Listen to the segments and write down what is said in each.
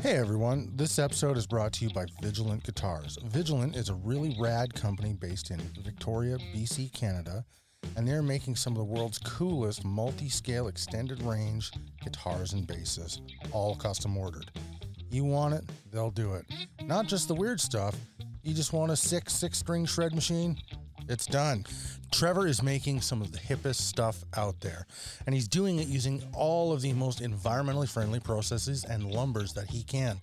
Hey everyone, this episode is brought to you by Vigilant Guitars. Vigilant is a really rad company based in Victoria, BC, Canada, and they're making some of the world's coolest multi scale extended range guitars and basses, all custom ordered. You want it, they'll do it. Not just the weird stuff, you just want a six, six string shred machine? It's done. Trevor is making some of the hippest stuff out there, and he's doing it using all of the most environmentally friendly processes and lumbers that he can.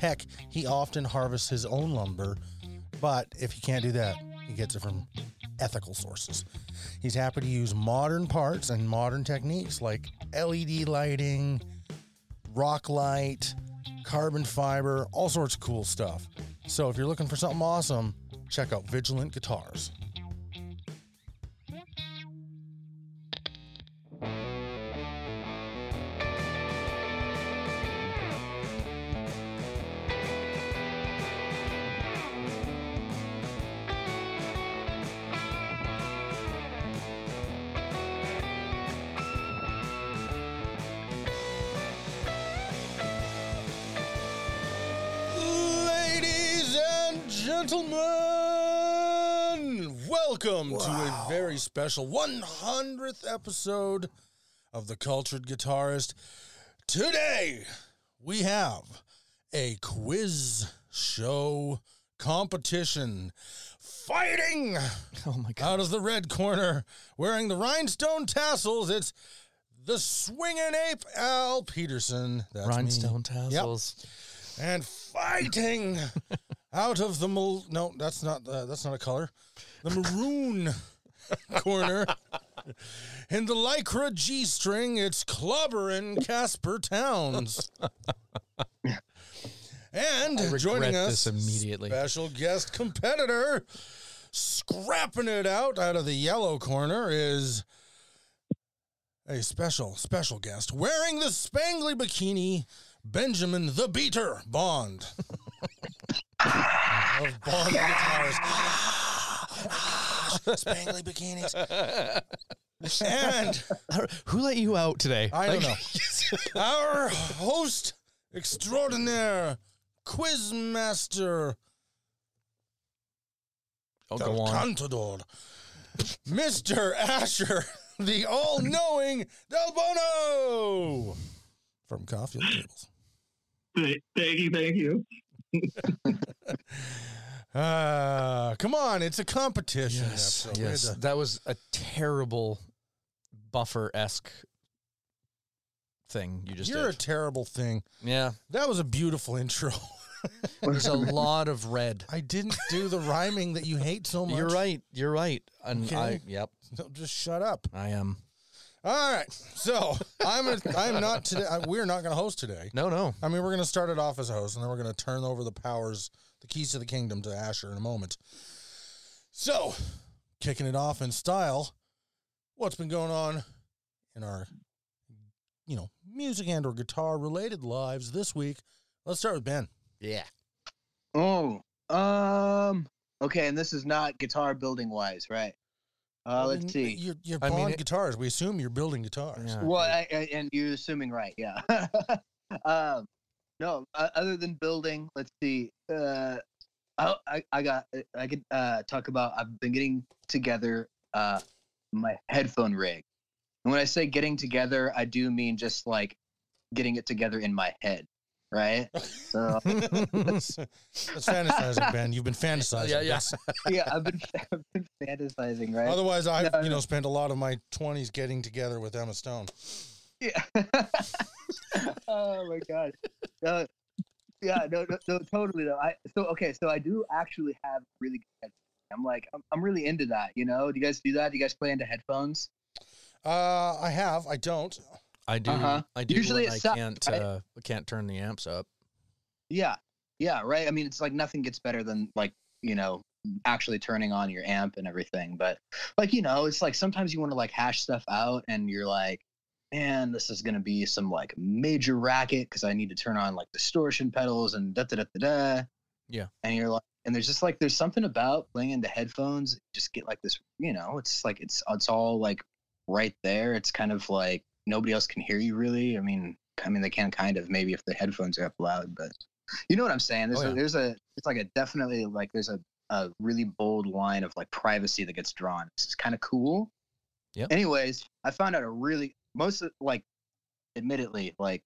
Heck, he often harvests his own lumber, but if he can't do that, he gets it from ethical sources. He's happy to use modern parts and modern techniques like LED lighting, rock light, carbon fiber, all sorts of cool stuff. So if you're looking for something awesome, check out Vigilant Guitars. Ladies and gentlemen, welcome to a very special 100th episode of The Cultured Guitarist. Today, we have a quiz show competition fighting Oh my god. out of the red corner wearing the rhinestone tassels. It's the swinging ape Al Peterson. That's me. Rhinestone tassels. and fighting out of the mal- no, that's not uh, that's not a color. The maroon corner in the lycra G string. It's clobberin Casper Towns. And joining regret us this immediately. special guest competitor, scrapping it out out of the yellow corner is a special, special guest wearing the spangly bikini, Benjamin the Beater Bond. of Bond guitars. spangly bikinis. And Who let you out today? I don't Like- know. Our host extraordinaire, quiz master, oh, go on. Contador. Mr. Asher, the all knowing Del Bono from Caulfield Tables. Th- Thank you, thank you. Ah, come on, it's a competition. Yes, episode. We had yes. to- That was a terrible buffer esque thing you just You're a did. terrible thing. yeah. That was a beautiful intro. There's a lot of red. I didn't do the rhyming that you hate so much. You're right. You're right. And Okay. I yep, So just shut up. I am. All right. So I'm gonna, I'm not today. I, we're not going to host today. No, no. I mean, we're going to start it off as a host, and then we're going to turn over the powers, the keys to the kingdom to Asher in a moment. So, kicking it off in style, what's been going on in our, you know, music and or guitar related lives this week? Let's start with Ben. Yeah. Oh, um, okay, and this is not guitar building wise, right? Uh, I mean, let's see. You're, you're I mean, bond it- guitars. We assume you're building guitars. Yeah. Well, uh, I, I, and you're assuming right, yeah. um, no, uh, other than building, let's see. Uh, I, I, I got, I could uh, talk about. I've been getting together uh, my headphone rig, and when I say getting together, I do mean just like getting it together in my head, right? So. that's, that's fantasizing, Ben. You've been fantasizing. Yeah, yeah. That's- yeah, I've been, I've been fantasizing, right? Otherwise, I No, you no. know spent a lot of my twenties getting together with Emma Stone. Yeah. oh my gosh. Uh, yeah, no, no, no, totally though. I so okay, so I do actually have really good. Headphones. I'm like, I'm, I'm really into that. You know, do you guys do that? Do you guys play into headphones? Uh, I have. I don't. I do Uh-huh. I do Usually when it I sucks, can't right? uh can't turn the amps up. Yeah, yeah, right. I mean, it's like nothing gets better than like you know actually turning on your amp and everything. But like you know, it's like sometimes you want to like hash stuff out, and you're like, man, this is gonna be some like major racket because I need to turn on like distortion pedals and da da da da da. Yeah. and you're like. And there's just like there's something about playing into headphones, just get like this, you know, it's like it's it's all like right there. It's kind of like nobody else can hear you really. I mean, I mean, they can kind of maybe if the headphones are up loud, but you know what I'm saying. There's Oh, a, yeah. there's a it's like a definitely like there's a a really bold line of like privacy that gets drawn. It's kind of cool. Yep. Anyways, I found out a really most of, like, admittedly, like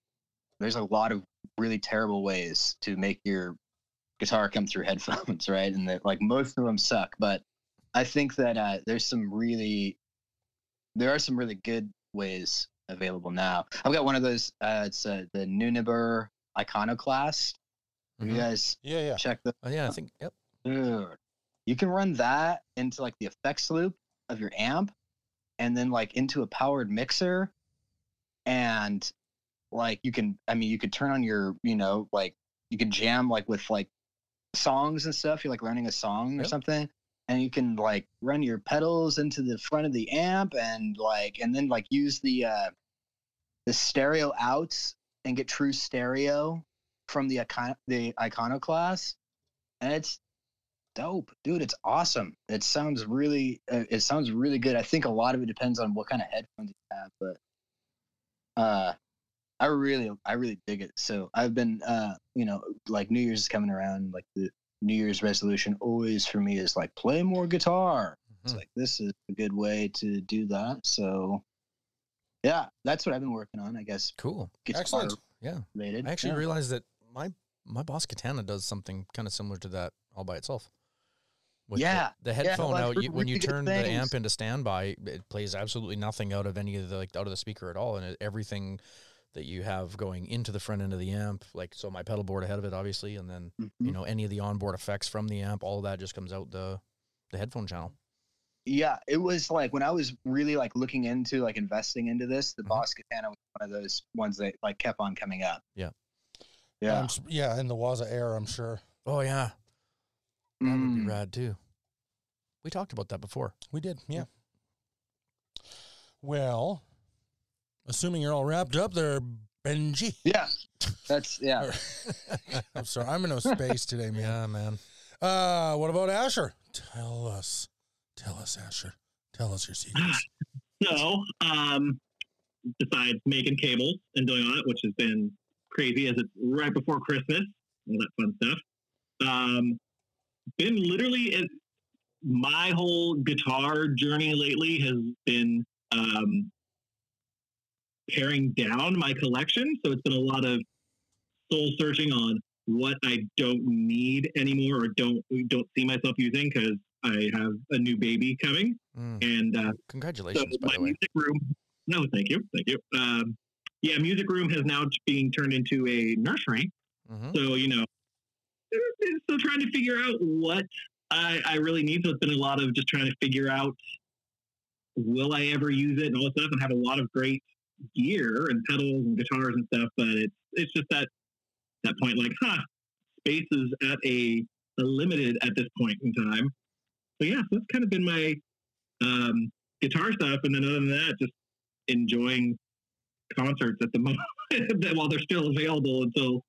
there's a lot of really terrible ways to make your guitar come through headphones, right? And that like most of them suck, but I think that uh, there's some really there are some really good ways available now. I've got one of those. Uh, it's uh, the Nunibur Iconoclast. If Mhm. You guys Yeah, yeah. check the. Oh, yeah, I think. Yep. Dude, you can run that into like the effects loop of your amp, and then like into a powered mixer, and like you can. I mean, you could turn on your. You know, like you could jam like with like songs and stuff. You're like learning a song or Yep. something. And you can like run your pedals into the front of the amp and like and then like use the uh the stereo outs and get true stereo from the icon the iconoclast. And it's dope. Dude, it's awesome. It sounds really uh, it sounds really good. I think a lot of it depends on what kind of headphones you have, but uh I really I really dig it. So I've been uh you know like New Year's is coming around like the New Year's resolution always for me is like play more guitar. It's Mhm. like this is a good way to do that. So yeah, that's what I've been working on, I guess. Cool. Guitar Excellent. Yeah. related. I actually Yeah. realized that my my boss Katana does something kind of similar to that all by itself. the- Yeah, the, I've headphone heard out you, when you really good turn the things. amp into standby, it plays absolutely nothing out of any of the like out of the speaker at all, and it, everything that you have going into the front end of the amp, like so my pedal board ahead of it, obviously, and then you Mhm. know any of the onboard effects from the amp, all of that just comes out the the headphone channel. Yeah, it was like when I was really like looking into like investing into this, the Mhm. Boss Katana was one of those ones that like kept on coming up. Yeah. Yeah. I'm s- yeah, in the Waza Air, I'm sure. Oh yeah, that would be Mm. rad too. We talked about that before. We did, yeah. Well, assuming you're all wrapped up there, Benji. Yeah. That's yeah. I'm sorry, I'm in no space today, man. Yeah, man. Uh, what about Asher? Tell us. Tell us, Asher. Tell us your secrets. So, um, besides making cables and doing all that, which has been crazy as it's right before Christmas, all that fun stuff. Um, been literally it, my whole guitar journey lately has been um, paring down my collection. So it's been a lot of soul searching on what I don't need anymore or don't don't see myself using because I have a new baby coming Mm. and uh, so Congratulations, by my the way. music room. No, thank you, thank you. Um, yeah, music room has now t- being turned into a nursery. hmm So you know, so trying to figure out what I, I really need. So it's been a lot of just trying to figure out will I ever use it and all this stuff, and have a lot of great gear and pedals and guitars and stuff. But it's it's just that that point, like, huh, space is at a, a limited at this point in time. So yeah, so that's kind of been my um, guitar stuff, and then other than that, just enjoying concerts at the moment that- while they're still available until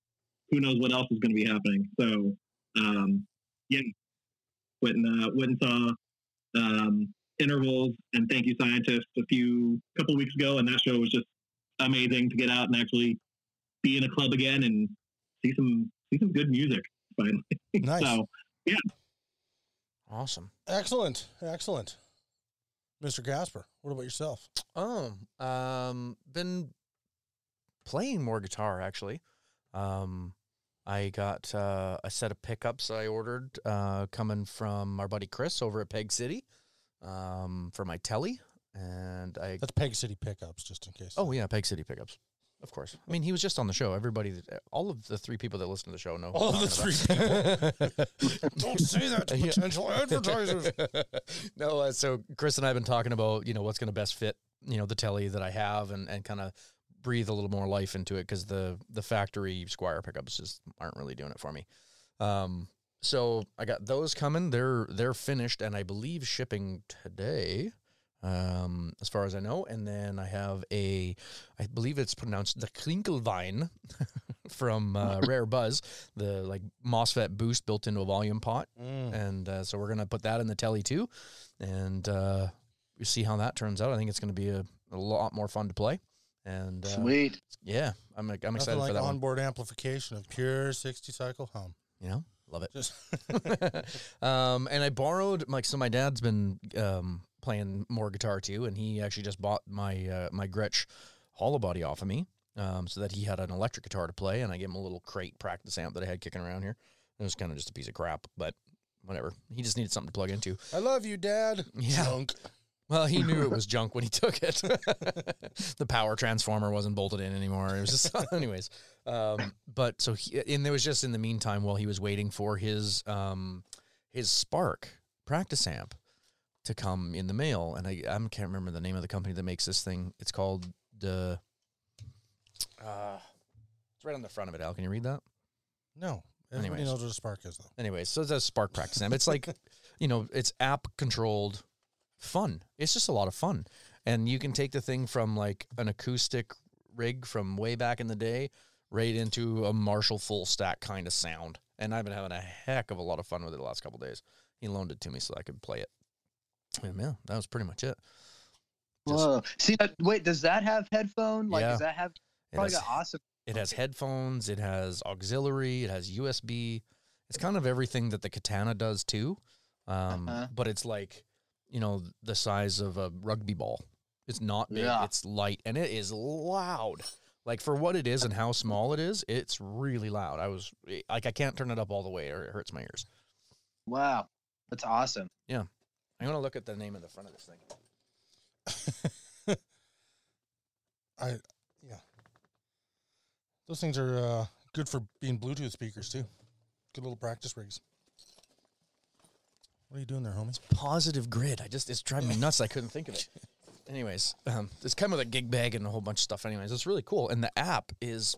who knows what else is going to be happening. So, um, yeah, went and, uh, went and saw um, Intervals and Thank You Scientist a few couple weeks ago, and that show was just amazing to get out and actually be in a club again and see some see some good music finally. Nice. So, Awesome. Excellent. Excellent. Mr. Casper, what about yourself? Oh, um, been playing more guitar actually. Um, I got uh, a set of pickups I ordered uh, coming from our buddy Chris over at Peg City um, for my telly, and I That's Peg City Pickups, just in case. oh yeah, Peg City pickups. Of course. I mean, he was just on the show. Everybody, that, all of the three people that listen to the show know. who All I'm of the talking three about. Don't say that to Yeah. potential advertisers. no, uh, so Chris and I have been talking about you know what's going to best fit you know the telly that I have and and kind of breathe a little more life into it because the the factory Squire pickups just aren't really doing it for me. Um, so I got those coming. They're they're finished and I believe shipping today. Um, as far as I know, and then I have a, I believe it's pronounced the Klinkelwein from uh, Rare Buzz, the like MOSFET boost built into a volume pot Mm. and uh, so we're gonna put that in the telly too, and uh, we see how that turns out. I think it's gonna be a, a lot more fun to play, And uh, Sweet. yeah, I'm I'm Nothing excited like for that one. onboard amplification of pure 60 cycle hum. You know, love it. Just um, and I borrowed like so. My dad's been um, playing more guitar too, and he actually just bought my uh, my Gretsch hollow body off of me, um, so that he had an electric guitar to play. And I gave him a little crate practice amp that I had kicking around here. It was kind of just a piece of crap, but whatever. He just needed something to plug into. I love you, Dad. Yeah. Junk. Well, he knew it was junk when he took it. the power transformer wasn't bolted in anymore. It was just, anyways. Um, but so, he, and there was just in the meantime while he was waiting for his um, his Spark practice amp to come in the mail, and I I can't remember the name of the company that makes this thing. It's called the. Uh, it's right on the front of it, Al. Can you read that? No. Everybody Anyways. knows what a spark is, though. Anyway, so it's a spark practice amp. It's like, you know, it's app controlled fun. It's just a lot of fun. And you can take the thing from like an acoustic rig from way back in the day right into a Marshall full stack kind of sound. And I've been having a heck of a lot of fun with it the last couple days. He loaned it to me so I could play it. And yeah, that was pretty much it. Just- Whoa. See, uh, wait, does that have headphone? Like, Yeah. does that have It probably has- got awesome? It has headphones, it has auxiliary, it has USB. It's kind of everything that the Katana does too. Um, Uh-huh. But it's like, you know, the size of a rugby ball. It's not big, Yeah. it's light, and it is loud. Like for what it is and how small it is, it's really loud. I was like, I can't turn it up all the way or it hurts my ears. Wow, that's awesome. I'm going to look at the name of the front of this thing. I, yeah. Those things are uh, good for being Bluetooth speakers, too. Good little practice rigs. What are you doing there, homie? Positive grid. I just, it's driving me nuts. I couldn't think of it. Anyways, um, it's kind of a gig bag and a whole bunch of stuff. Anyways, it's really cool. And the app is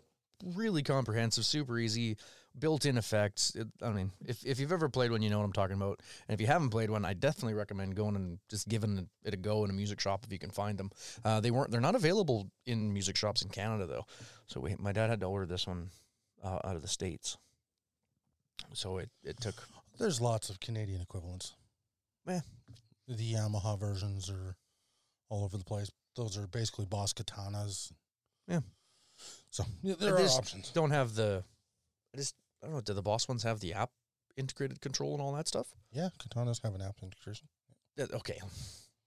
really comprehensive, super easy, built in effects. It, I mean, if, if you've ever played one, you know what I'm talking about. And if you haven't played one, I definitely recommend going and just giving it a go in a music shop if you can find them. Uh, they weren't, they're not available in music shops in Canada though. So we, my dad had to order this one uh, out of the States. So it, it took, There's lots of Canadian equivalents. Yeah. The Yamaha versions are all over the place. Those are basically Boss Katanas. Yeah. So yeah, there are There's- options. don't have the I just I don't know, do the boss ones have the app integrated control and all that stuff? Yeah, katanas have an app integration. Uh, Okay.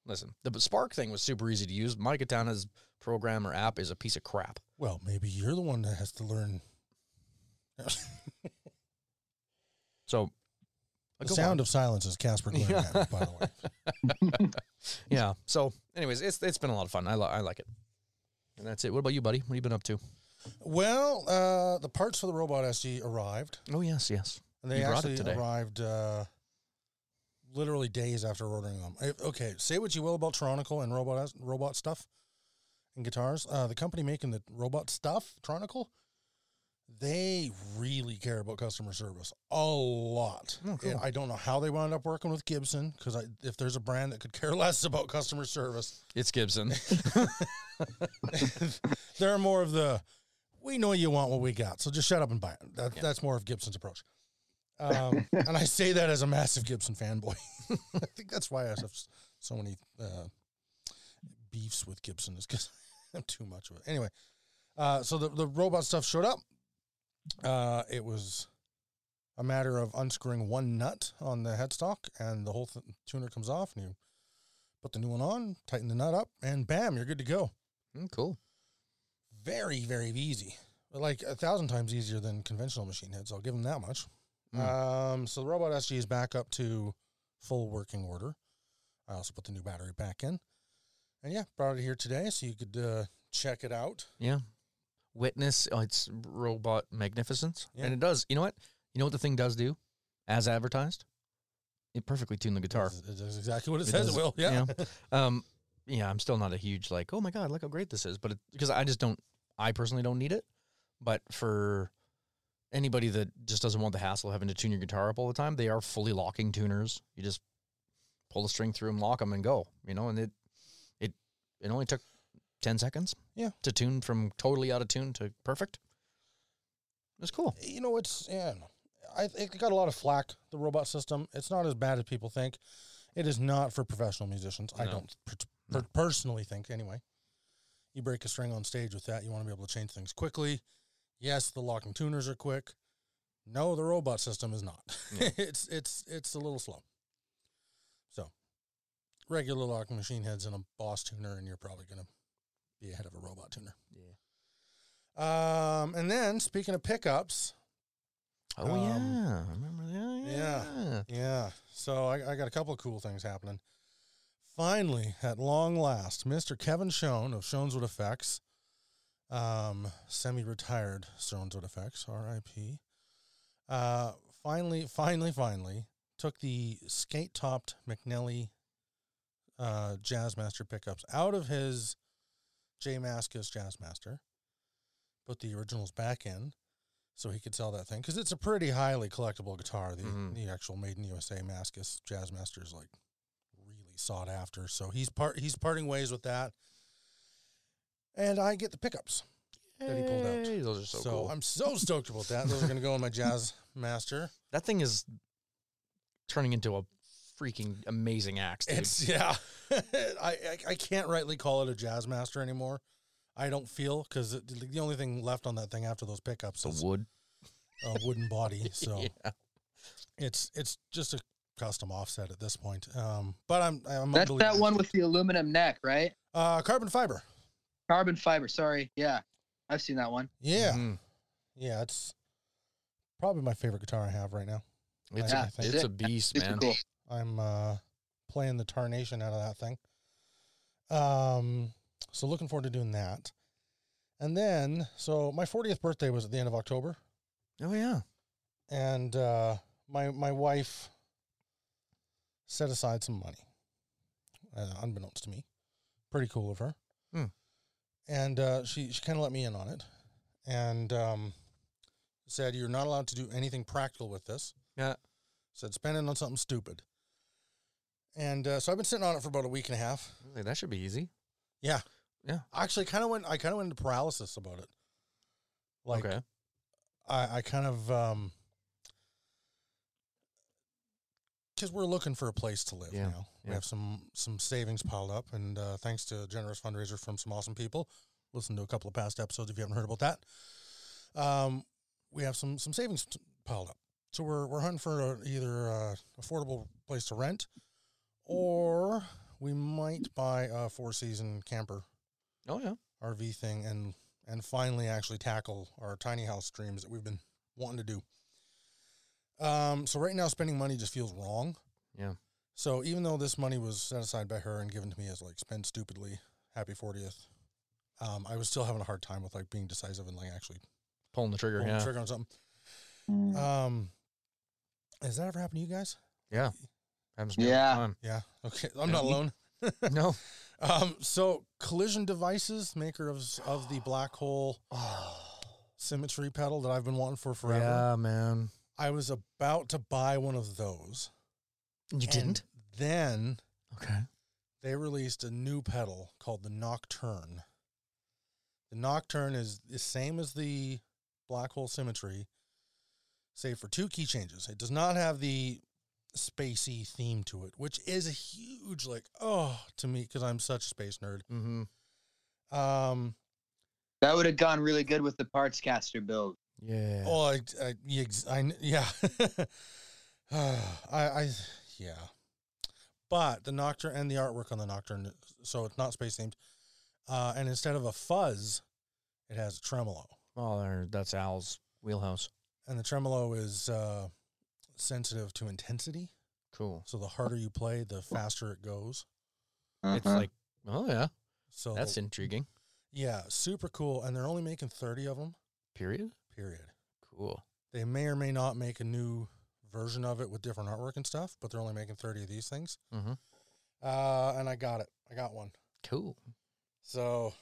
Listen, the Spark thing was super easy to use. My Katana's program or app is a piece of crap. Well, maybe you're the one that has to learn So the sound of silence is Casper Glenn, Yeah. app, by the way. yeah. So anyways, it's it's been a lot of fun. I li- I like it. And that's it. What about you, buddy? What have you been up to? Well, uh, the parts for the robot SG arrived. Oh yes, yes. And they You brought it actually today. arrived uh, literally days after ordering them. I- okay, say what you will about Tronicle and robot robot stuff and guitars. Uh, the company making the robot stuff, Tronicle, they really care about customer service a lot. Oh, cool. And I don't know how they wound up working with Gibson because if there's a brand that could care less about customer service, It's Gibson. they're more of the we know you want what we got, so just shut up and buy it. That, Yeah. That's more of Gibson's approach. Um, and I say that as a massive Gibson fanboy. I think that's why I have s- so many uh, beefs with Gibson is because I'm too much of it. Anyway, uh, so the, the robot stuff showed up. Uh, it was a matter of unscrewing one nut on the headstock, and the whole th- tuner comes off, and you put the new one on, tighten the nut up, and bam, you're good to go Mm, cool. very very easy like a thousand times easier than conventional machine heads i'll give them that much Mm. um, so the robot sg is back up to full working order i also put the new battery back in and yeah brought it here today so you could uh, check it out Yeah. Witness uh, its robot magnificence. Yeah. And it does. You know what? You know what the thing does do? As advertised? It perfectly tuned the guitar. It's- it does exactly what it, It says does- it will yeah, yeah. Um, yeah, I'm still not a huge like, oh my god, look how great this is, but it because I just don't, I personally don't need it. But for anybody that just doesn't want the hassle of having to tune your guitar up all the time, they are fully locking tuners. You just pull the string through them, lock them, and go. You know, and it it it only took ten seconds. Yeah. to tune from totally out of tune to perfect. It's cool. you know it's yeah I, it got a lot of flack the robot system it's not as bad as people think it is not for professional musicians i No. don't per- per- personally think anyway You break a string on stage with that, you want to be able to change things quickly. Yes, the lock and tuners are quick. No, the robot system is not. Yeah. it's it's it's a little slow. So, regular locking machine heads and a boss tuner, and you're probably going to be ahead of a robot tuner. Yeah. Um, and then speaking of pickups, Oh Um, yeah, I remember that. yeah. yeah. Yeah. So I, I got a couple of cool things happening. Finally, at long last, Mr. Kevin Schoen of Schoen's Wood Effects, um, semi retired Schoen's Wood Effects, RIP, uh, finally, finally, finally took the skate topped McNelly uh, Jazzmaster pickups out of his J Maskus Jazzmaster, put the originals back in so he could sell that thing because it's a pretty highly collectible guitar. The, Mhm. the actual Made in USA Maskus Jazzmaster is like really sought after. So he's part he's parting ways with that. And I get the pickups. That he pulled out. Hey, Those are so, cool. I'm so stoked about that. Those are going to go in my Jazzmaster. that thing is turning into a freaking amazing axe. Dude. It's yeah. I, I I can't rightly call it a jazz master anymore. I don't feel because the only thing left on that thing after those pickups the is wood. a wooden body. So yeah. it's it's just a custom offset at this point. Um, but I'm I'm That's that unbelievable. one with the aluminum neck, right? uh, carbon fiber. Carbon fiber. Sorry. Yeah. I've seen that one. Yeah, Mhm. yeah. It's probably my favorite guitar I have right now. It's, Yeah, a, I think- it's a beast, Super man. cool. I'm uh, playing the tarnation out of that thing. Um, so looking forward to doing that. And then, so my 40th birthday was at the end of October, Oh yeah. and uh, my my wife set aside some money, uh, unbeknownst to me. Pretty cool of her. Hmm. And uh, she she kind of let me in on it, and um, said you're not allowed to do anything practical with this. Yeah. Said spend it on something stupid. And uh, so I've been sitting on it for about a week and a half. Really, that should be easy. Actually, kind of went. I kind of went into paralysis about it. Like okay. I, I kind of um because we're looking for a place to live Yeah, now. We yeah. have some some savings piled up, and uh, thanks to a generous fundraiser from some awesome people. Listen to a couple of past episodes if you haven't heard about that. Um, we have some some savings t- piled up, so we're we're hunting for a, either a affordable place to rent, or we might buy a four season camper Oh yeah. RV thing and and finally actually tackle our tiny house dreams that we've been wanting to do. Um, so right now spending money just feels wrong. Yeah. So even though this money was set aside by her and given to me as like spend stupidly, happy 40th, um, I was still having a hard time with like being decisive and like actually Pulling the trigger. pulling the yeah. trigger on something. Um, has that ever happened to you guys? Happens to me all the Yeah. time. Yeah. Okay. I'm Yeah. not alone. No. Um, so Collision Devices, maker of of the black hole symmetry pedal that I've been wanting for forever. Yeah, man. I was about to buy one of those. You and Then Okay. they released a new pedal called the Nocturne. The Nocturne is the same as the Black Hole Symmetry, save for two key changes. It does not have the spacey theme to it, which is a huge like oh to me because I'm such a space nerd. Mm-hmm. Um, That would have gone really good with the parts caster build. Yeah. oh, I, I, yeah, ex- I kn- yeah, I, I, yeah. But the Nocturne and the artwork on the Nocturne, so it's not space themed. Uh, and instead of a fuzz, it has a tremolo, Oh, there- that's Al's wheelhouse. and the tremolo is uh, sensitive to intensity. Cool. So the harder you play, the faster it goes. It's Uh-huh. like, oh yeah, So that's the- intriguing. yeah, super cool. And they're only making thirty of them. Period. Period. Cool. They may or may not make a new version of it with different artwork and stuff, but they're only making 30 of these things. Mhm. Uh, and I got it. I got one. Cool. So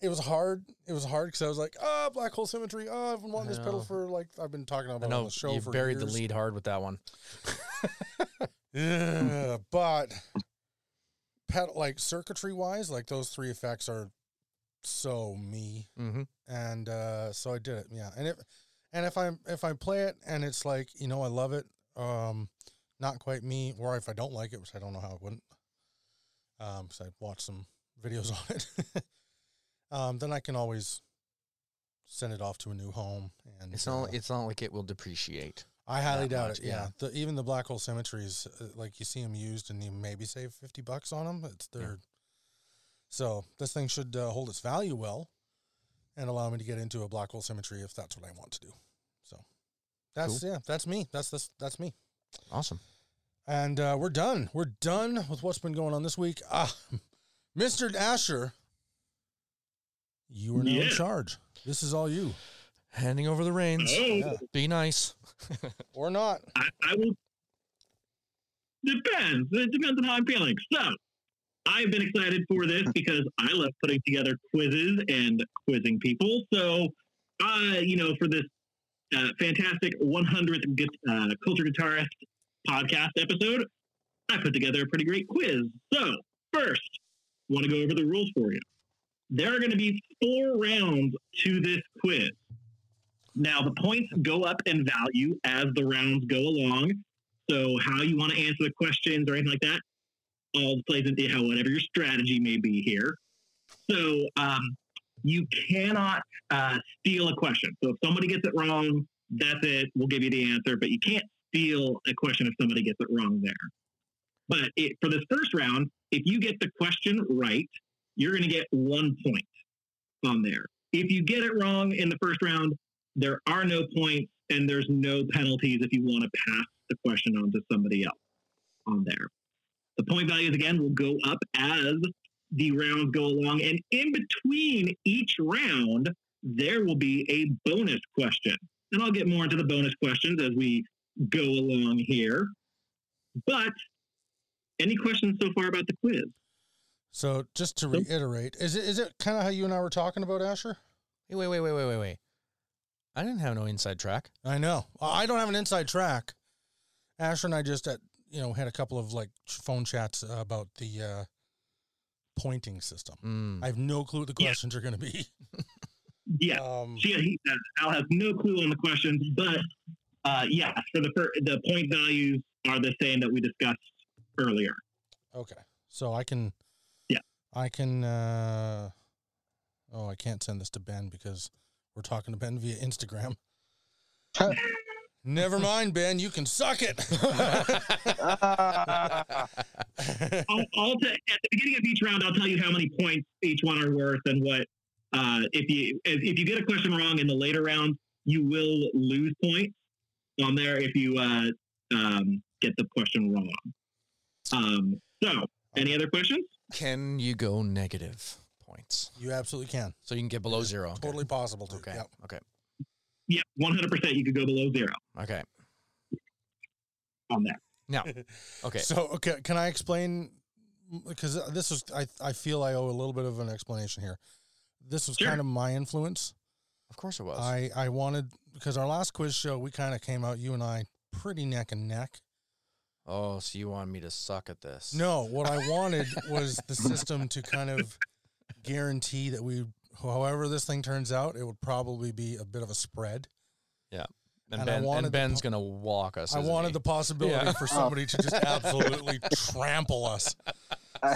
it was hard. It was hard because I was like, ah, black hole symmetry. Oh, I've been wanting this pedal know. for like, I've been talking about I it on know the show you for buried the years. lead hard with that one. Yeah, but pedal, like circuitry wise, like those three effects are so me. Mm-hmm. and uh, so I did it. Yeah, and if and if I if I play it and it's like you know I love it, um, not quite me, or if I don't like it, which I don't know how I wouldn't, um, because I watched some videos on it. Um, then I can always send it off to a new home. And It's uh, not. It's not like it will depreciate. I highly that doubt much, it. Yeah, The, even the black hole symmetries, uh, like you see them used, and you maybe save fifty bucks on them. It's they're so this thing should uh, hold its value well, and allow me to get into a black hole symmetry if that's what I want to do. So that's yeah, that's me. That's this. That's me. Awesome. And uh, we're done. We're done with what's been going on this week. Ah, Mr. Asher, you are now in Yeah. charge. This is all you, Handing over the reins. Oh, Yeah. Be nice. or not. I, I will. Depends. It depends on how I'm feeling. So, I've been excited for this because I love putting together quizzes and quizzing people. So, uh, you know, for this uh, fantastic 100th gu- uh, Culture Guitarist podcast episode, I put together a pretty great quiz. So, first, want to go over the rules for you. There are going to be four rounds to this quiz. Now, the points go up in value as the rounds go along. So, how you want to answer the questions or anything like that all plays into how whatever your strategy may be here. So, um, you cannot uh, steal a question. So, if somebody gets it wrong, that's it. We'll give you the answer, but you can't steal a question if somebody gets it wrong there. But it, for this first round, if you get the question right, you're going to get one point on there. If you get it wrong in the first round, there are no points and there's no penalties if you want to pass the question on to somebody else on there. The point values again will go up as the rounds go along, and in between each round, there will be a bonus question. And I'll get more into the bonus questions as we go along here. But any questions so far about the quiz? So just to reiterate, is it is it kind of how you and I were talking about Asher? Hey, wait, wait, wait, wait, wait, wait. I didn't have no inside track. I know. I I don't have an inside track. Asher and I just at, you know had a couple of like ch- phone chats uh, about the uh, pointing system. Mm. I have no clue what the Yeah. questions are going to be. Yes. Um, She, he, uh, Al has no clue on the questions, but uh, yes, for the fir- the point values are the same that we discussed earlier. okay, so I can. Yeah. I can. Uh, oh, I can't send this to Ben because we're talking to Ben via Instagram. Never mind, Ben. You can suck it. Uh-huh. I'll, I'll t- at the beginning of each round, I'll tell you how many points each one are worth and what. Uh, if you if, if you get a question wrong in the later round, you will lose points on there if you uh, um, get the question wrong. Um, so, any other questions? Can you go negative points you absolutely can. so you can get below zero? Okay. Totally possible to. Okay. Yep. Okay. Yeah, one hundred percent. You could go below zero Okay. on that. Okay. So, okay, can I explain? Because this was, I, I feel I owe a little bit of an explanation here. This was Sure. kind of my influence. of course it was. I, I wanted, because our last quiz show, we kind of came out, you and I, pretty neck and neck. oh, so you want me to suck at this? No, what I wanted was the system to kind of guarantee that we, however this thing turns out, it would probably be a bit of a spread. And, and I ben, wanted the and Ben's po- gonna walk us. I isn't wanted he? the possibility Yeah. Oh. for somebody to just absolutely trample us.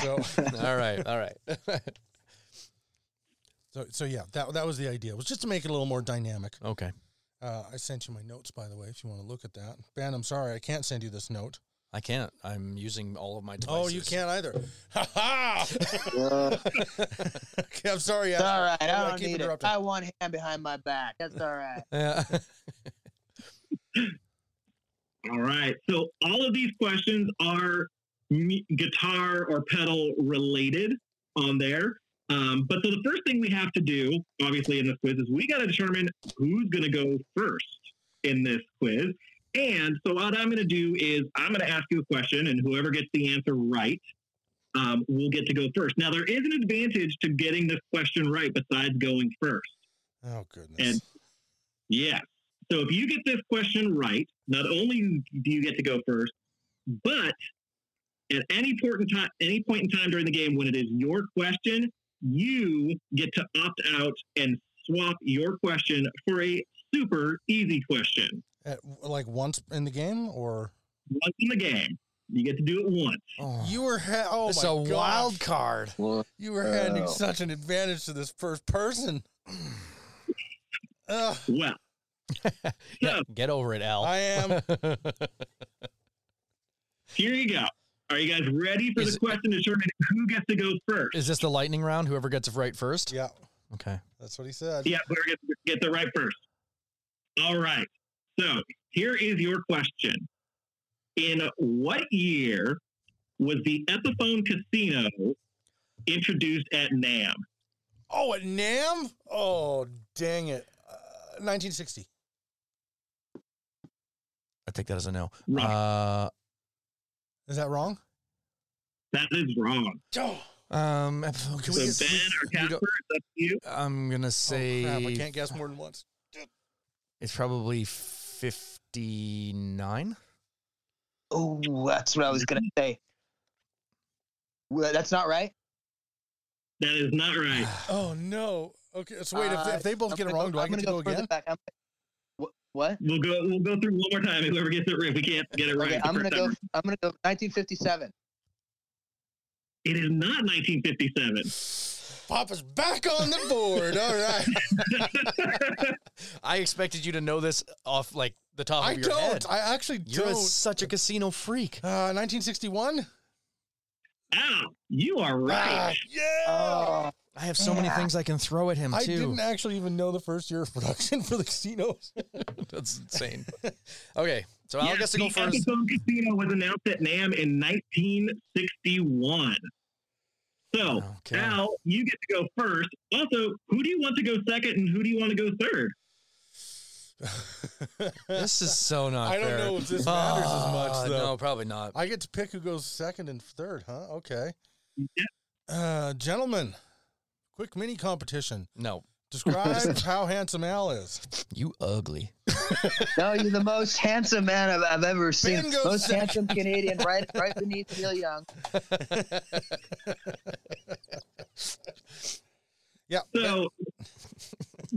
So. all right. All right. So, so yeah, that that was the idea. It was just to make it a little more dynamic. okay. Uh, I sent you my notes, by the way, if you want to look at that. Ben, I'm sorry, I can't send you this note. I can't. I'm using all of my. Oh, Devices. you can't either. Ha ha! Uh, Okay, I'm sorry. it's Al. all right. I I don't keep need it. interrupting. I have one hand behind my back. That's all right. Yeah. All right. So all of these questions are mu- guitar or pedal related on there. Um, but so the first thing we have to do, obviously, in this quiz is we got to determine who's going to go first in this quiz. And so what I'm going to do is I'm going to ask you a question, and whoever gets the answer right um, will get to go first. Now there is an advantage to getting this question right besides going first. Oh goodness. And- Yeah. So if you get this question right, not only do you get to go first, but at any point in time, any point in time during the game when it is your question, you get to opt out and swap your question for a super easy question At, like once in the game, or once in the game. You get to do it once. Oh, You were ha- oh it's my a gosh. wild card. You were handing Oh. such an advantage to this first person. Ugh, Well, Yeah, get over it, Al. I am. here you go. Are you guys ready for Is- the question to determine who gets to go first? Is this the lightning round? Whoever gets it right first? Yeah, Okay. that's what he said. Yeah, whoever gets, gets it right first. All right. So here is your question. In what year was the Epiphone Casino introduced at NAM? Oh, at Nam? Oh, dang it. Uh, 1960. I take that as a no. Wrong. Uh, Is that wrong? that is wrong. Oh, um, episode- can So we Ben get- or you Casper, don't- it's up to you. I'm gonna say crap. I can't guess more than once. it's probably fifty nine. Oh, that's what I was gonna say. Well, that's not right. That is not right. Oh, no. Okay, so wait, if, Uh, if they both I'm get it gonna wrong, do I I'm get to gonna go further again? back. I'm- Wh- What? We'll go. We'll go through one more time. Whoever gets it right, we can't get it right. Okay, the I'm gonna first go. time. I'm gonna go. 1957. It is not 1957. Papa's back on the board. All right. I expected you to know this off like the top I of your don't. head. I actually You're a- don't. such a casino freak. Uh, 1961? Ow! You are Ah, right. yeah. Oh, I have so many Yeah. things I can throw at him I too. didn't actually even know the first year of production for the casinos. That's insane. okay, so Al Yes, gets to go the first. Episode Casino was announced at NAM in 1961. So Okay. now you get to go first. Also, who do you want to go second, and who do you want to go third? This is so not. I don't fair. know if this matters as much, Ah, though. No, probably not. I get to pick who goes second and third, huh? Okay. Yeah. Uh, gentlemen, quick mini competition. No, Describe how handsome Al is. you ugly. no, you're the most handsome man I've, I've ever seen. goes Most second. handsome Canadian, right, right beneath Neil Young. So as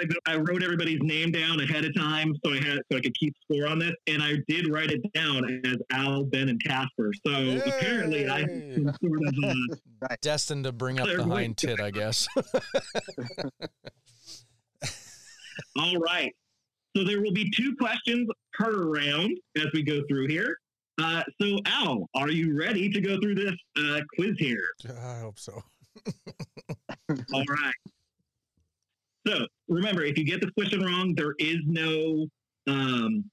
I, go, I wrote everybody's name down ahead of time, so I had so I could keep score on this, and I did write it down as Al, Ben, and Casper. So apparently, I had some sort of uh, Destined to bring up the Clear hind tit, I guess. All right. So there will be two questions per round as we go through here. Uh, so, Al, are you ready to go through this uh, quiz here? I hope so. All right. So remember, if you get this question wrong, there is no um,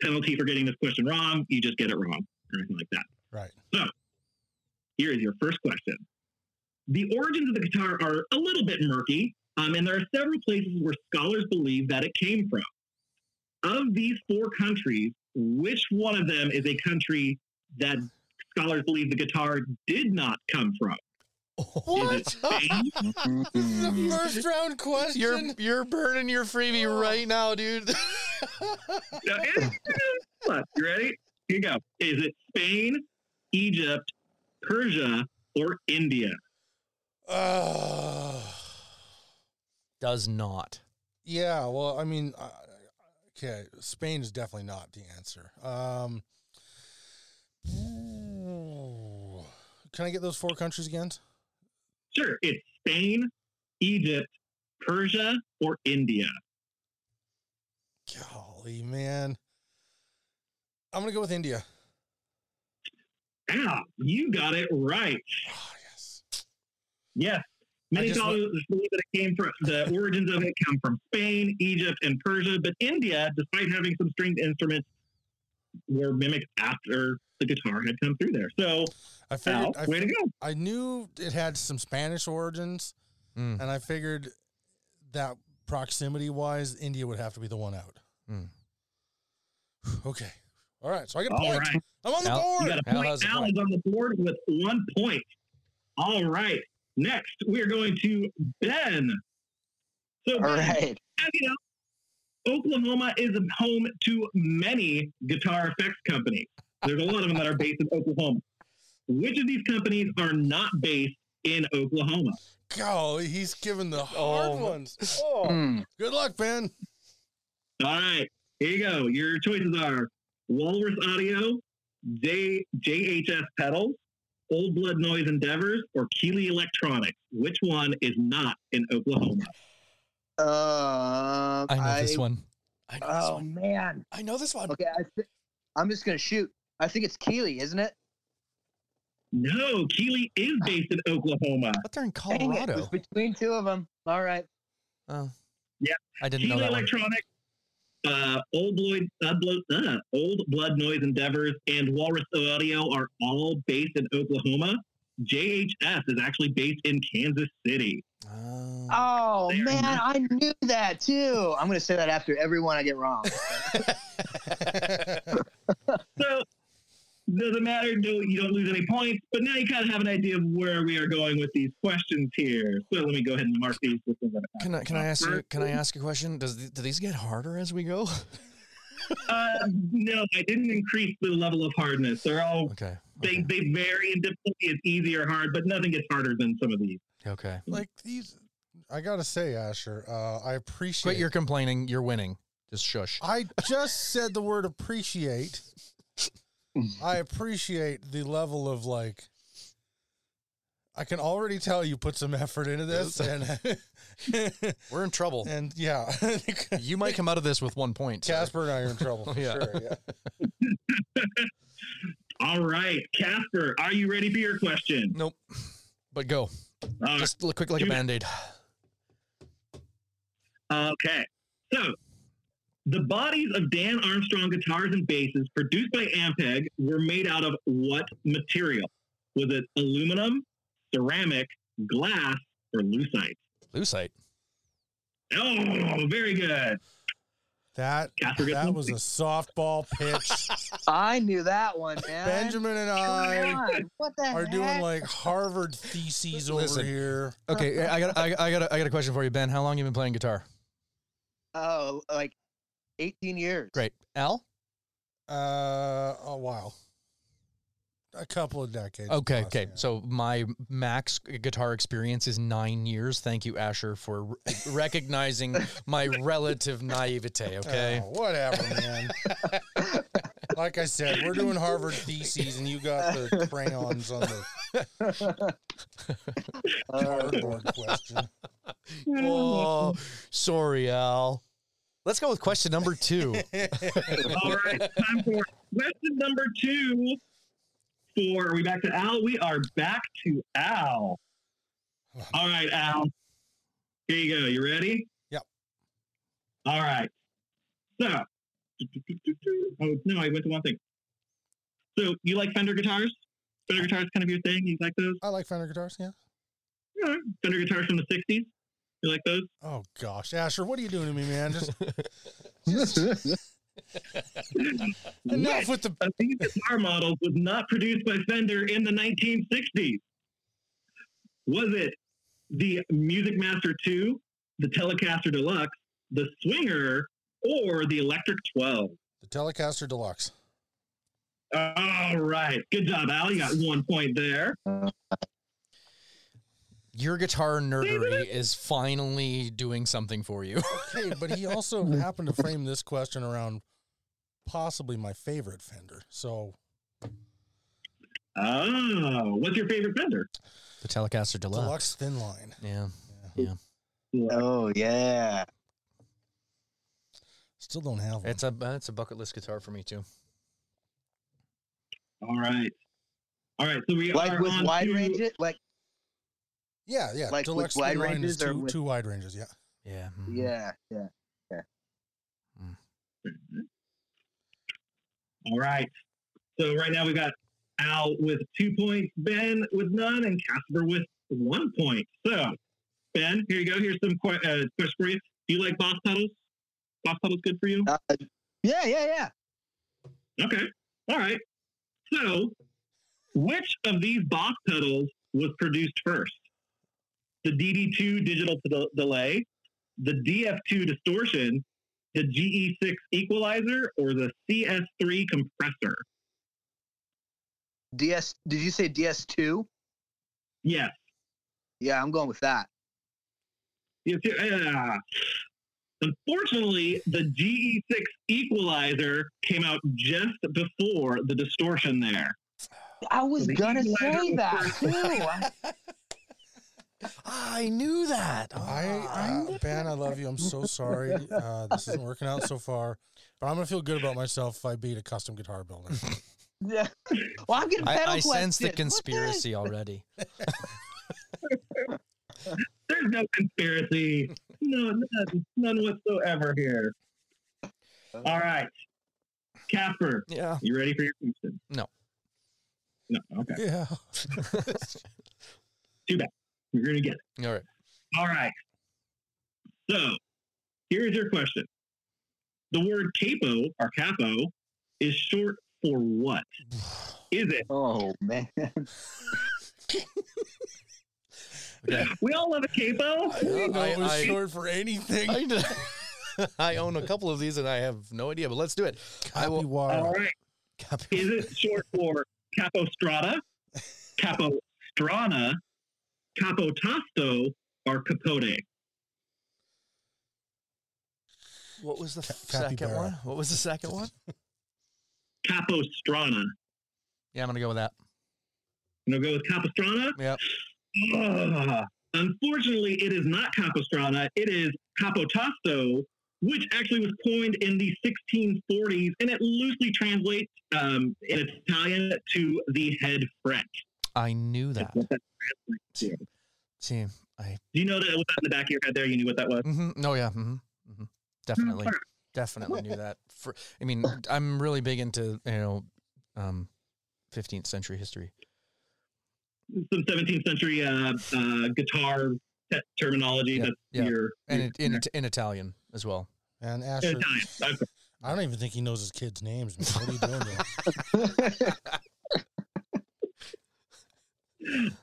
penalty for getting this question wrong. You just get it wrong or anything like that. Right. So here is your first question. The origins of the guitar are a little bit murky, um, and there are several places where scholars believe that it came from. Of these four countries, which one of them is a country that scholars believe the guitar did not come from? What? Spain, this is a Mm. first round question. Oh. You're you're burning your freebie right now, dude. Now, it's- look, you ready? Here you go. Is it Spain, Egypt, Persia, or India? Uh, Does not. yeah, well, I mean, uh, okay, Spain is definitely not the answer. Um, ooh. can I get those four countries again? Sure, it's Spain, Egypt, Persia, or India. Golly, man. I'm going to go with India. Ah, you got it right. Oh, yes. Yes. Many just wa- scholars believe that it came from the origins of it come from Spain, Egypt, and Persia, but India, despite having some stringed instruments, were mimicked after the guitar had come through there. So, I Al, figured I, way to go. I knew it had some Spanish origins, Mm. and I figured that proximity wise, India would have to be the one out. Mm. Okay. All right. So I get a All point. right. I'm on the Al, You board. got a Al point. has a Al point. is on the board with one point. All right. Next, we are going to Ben. So, All Ben, right. as you know, Oklahoma is home to many guitar effects companies. There's a lot of them that are based in Oklahoma. Which of these companies are not based in Oklahoma? Golly, he's giving the hard Oh. ones. Oh, Hmm. good luck, Ben. All right. Here you go. Your choices are Walrus Audio, J, JHS pedals, Old Blood Noise Endeavors, or Keeley Electronics? Which one is not in Oklahoma? Uh, I know this one. I know this Oh one. man. I know this one. Okay, I th- I'm just gonna shoot. I think it's Keeley, isn't it? No, Keeley is based in Oklahoma. But they're in Dang It. it was Colorado. between two of them. All right. Oh. Yeah. I didn't know Keeley that one. Electronics, uh, Old, Blood, uh, Blood, uh, Old Blood Noise Endeavors, and Walrus Audio are all based in Oklahoma. JHS is actually based in Kansas City. Oh. Oh There. man, I knew that too. I'm gonna say that after everyone I get wrong. So doesn't matter. No, you don't lose any points. But now you kind of have an idea of where we are going with these questions here. So let me go ahead and mark these. with the- Can I can I ask you can I ask a question? Does th- do these get harder as we go? Uh, no, I didn't increase the level of hardness. They're all Okay. they, Okay. they vary in difficulty. It's easy or hard, but nothing gets harder than some of these. okay. like these, I gotta say, Asher, uh, I appreciate. Quit your complaining. You're winning. Just shush. I just said the word appreciate. I appreciate the level of like. I can already tell you put some effort into this, and We're in trouble. and yeah, You might come out of this with one point. sir. Casper and I are in trouble. For Yeah. Sure, yeah. All right, Casper, are you ready for your question? Nope. But go. All Just look quick like a do that. band aid. Okay. So the bodies of Dan Armstrong guitars and basses produced by Ampeg were made out of what material? Was it aluminum, ceramic, glass, or lucite? Lucite. Oh, very good. That Casper gets that one. was a softball pitch. I knew that one, man. Benjamin and Come I on, What the are heck? doing like Harvard theses over Listen. here. Okay, I got I, I got a, I got a question for you, Ben. How long you been playing guitar? oh, like 18 years. Great. Al? Uh, a while, a couple of decades. Okay, plus, okay. yeah. So my max guitar experience is 9 years. Thank you Asher for r- recognizing my relative naivete, okay? Oh, whatever, man. like I said, we're doing Harvard theses, and you got the crayons on the Uh, cardboard question. Oh, sorry, Al. Let's go with question number 2. All right, time for question number two. For are we back to Al? We are back to Al. All right, Al. Here you go. You ready? Yep. All right. So, oh no, I went to one thing. So you like Fender guitars? Fender guitars kind of your thing. You like those? I like Fender guitars. Yeah. Yeah. Fender guitars from the '60s. You like those? Oh gosh, Asher, what are you doing to me, man? Just enough Yes. with the of these guitar models was not produced by Fender in the 1960s? Was it the Music Master 2, the Telecaster Deluxe, the Swinger, or the Electric 12? the Telecaster Deluxe. All right. Good job, Al. You got one point there. Your guitar nerdery is finally doing something for you. Okay, but he also happened to frame this question around possibly my favorite Fender. So Oh, what's your favorite Fender? The Telecaster Deluxe Thin Line. Yeah. oh yeah. Still don't have one. It's a uh, it's a bucket list guitar for me too. All right. All right. So we Like are with on wide to- ranges, like yeah, yeah. like with Deluxe wide Thin Line is ranges or two, with- two wide ranges. Yeah. Yeah. mhm. yeah, yeah. All right. So right now we've got Al with two points, Ben with none, and Casper with one point. So Ben, here you go. Here's some que- uh, questions for you. Do you like boss pedals? Boss pedals good for you? Uh, yeah, yeah, yeah. Okay. All right. So which of these boss pedals was produced first? The DD2 digital de- delay, the DF2 distortion, the GE6 equalizer, or the CS3 compressor? DS. Did you say DS two? Yes. Yeah, I'm going with that. Yes, yeah. Unfortunately, the GE6 equalizer came out just before the distortion there. I was The gonna equalizer say was that first. too. I- I knew that. I, Ah. I Ben, I love you. I'm so sorry. Uh, this isn't working out so far, but I'm gonna feel good about myself if I beat a custom guitar builder. Yeah. Well, I'm getting pedal I, I sense the questions. What conspiracy already. There's no conspiracy. No, none, none whatsoever here. All right. Casper, Yeah. you ready for your question? No. No, okay. yeah. You're going to get it. All right. All right. So here's your question. The word capo or capo is short for what? Is it? is- Oh man. Okay. We all love a capo. I didn't know it was I- I- short for anything. I, d- I own a couple of these and I have no idea, but let's do it. I will. All right. Copy. Is it short for capostrata, capostrana, capotasto, or capote? What was the Ca- second capybara. one? What was the second one? Capostrana. Yeah, I'm gonna go with that. I'm going to go with capostrana. Yep. Ugh. Unfortunately, it is not Capostrana. It is Capotasto, which actually was coined in the 1640s, and it loosely translates um, in Italian to the head fret. I knew That's that. what that translates to. See, I. Do you know that was that in the back of your head there? You knew what that was? hmm No, yeah. hmm hmm Definitely, definitely knew that. For, I mean, I'm really big into you know, um, 15th century history. Some 17th century uh, uh, guitar te- terminology Yeah, that's yeah. your. and it, in, it- in Italian as well. And in Asher, Italian. I'm sorry. I don't even think he knows his kids' names. Man. What are you doing? to him? Oh,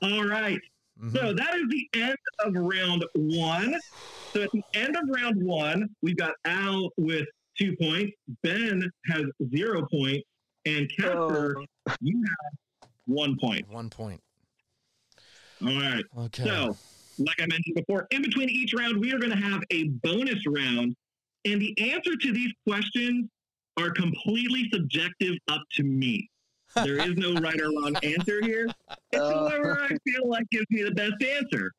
All right. Mhm. So that is the end of round one. So at the end of round one, we've got Al with two points, Ben has zero points, and Casper, Oh. you have one point. One point. All right. Okay. So, like I mentioned before, in between each round, we are going to have a bonus round, and the answer to these questions are completely subjective up to me. There is no right or wrong answer here. It's Oh. whoever I feel like gives me the best answer.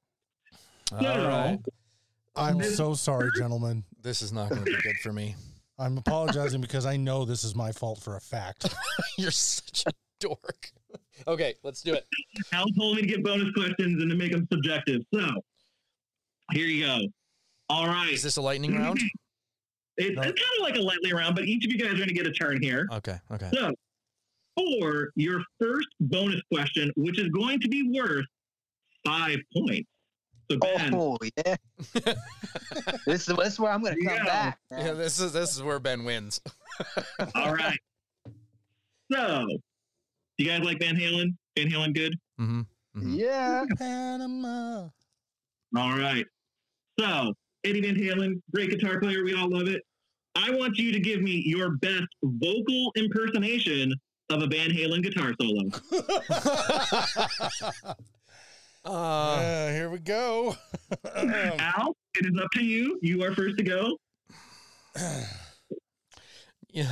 All right. I'm so sorry, gentlemen. This is not going to be good for me. I'm apologizing because I know this is my fault for a fact. You're such a dork. Okay, let's do it. Al told me to get bonus questions and to make them subjective. So here you go. All right. Is this a lightning round? It's, it's kind of like a lightning round, but each of you guys are going to get a turn here Okay. Okay. for your first bonus question, which is going to be worth five points. So, Ben, oh yeah. this is this is where I'm gonna come Yeah. back. Yeah, man. this is this is where Ben wins. all right. So, you guys like Van Halen? Van Halen good? Mm-hmm. Mhm. Yeah. Panama. All right. So, Eddie Van Halen, great guitar player. We all love it. I want you to give me your best vocal impersonation of a Van Halen guitar solo. Uh, Uh, here we go. Oh. Al, it is up to you. You are first to go. yeah.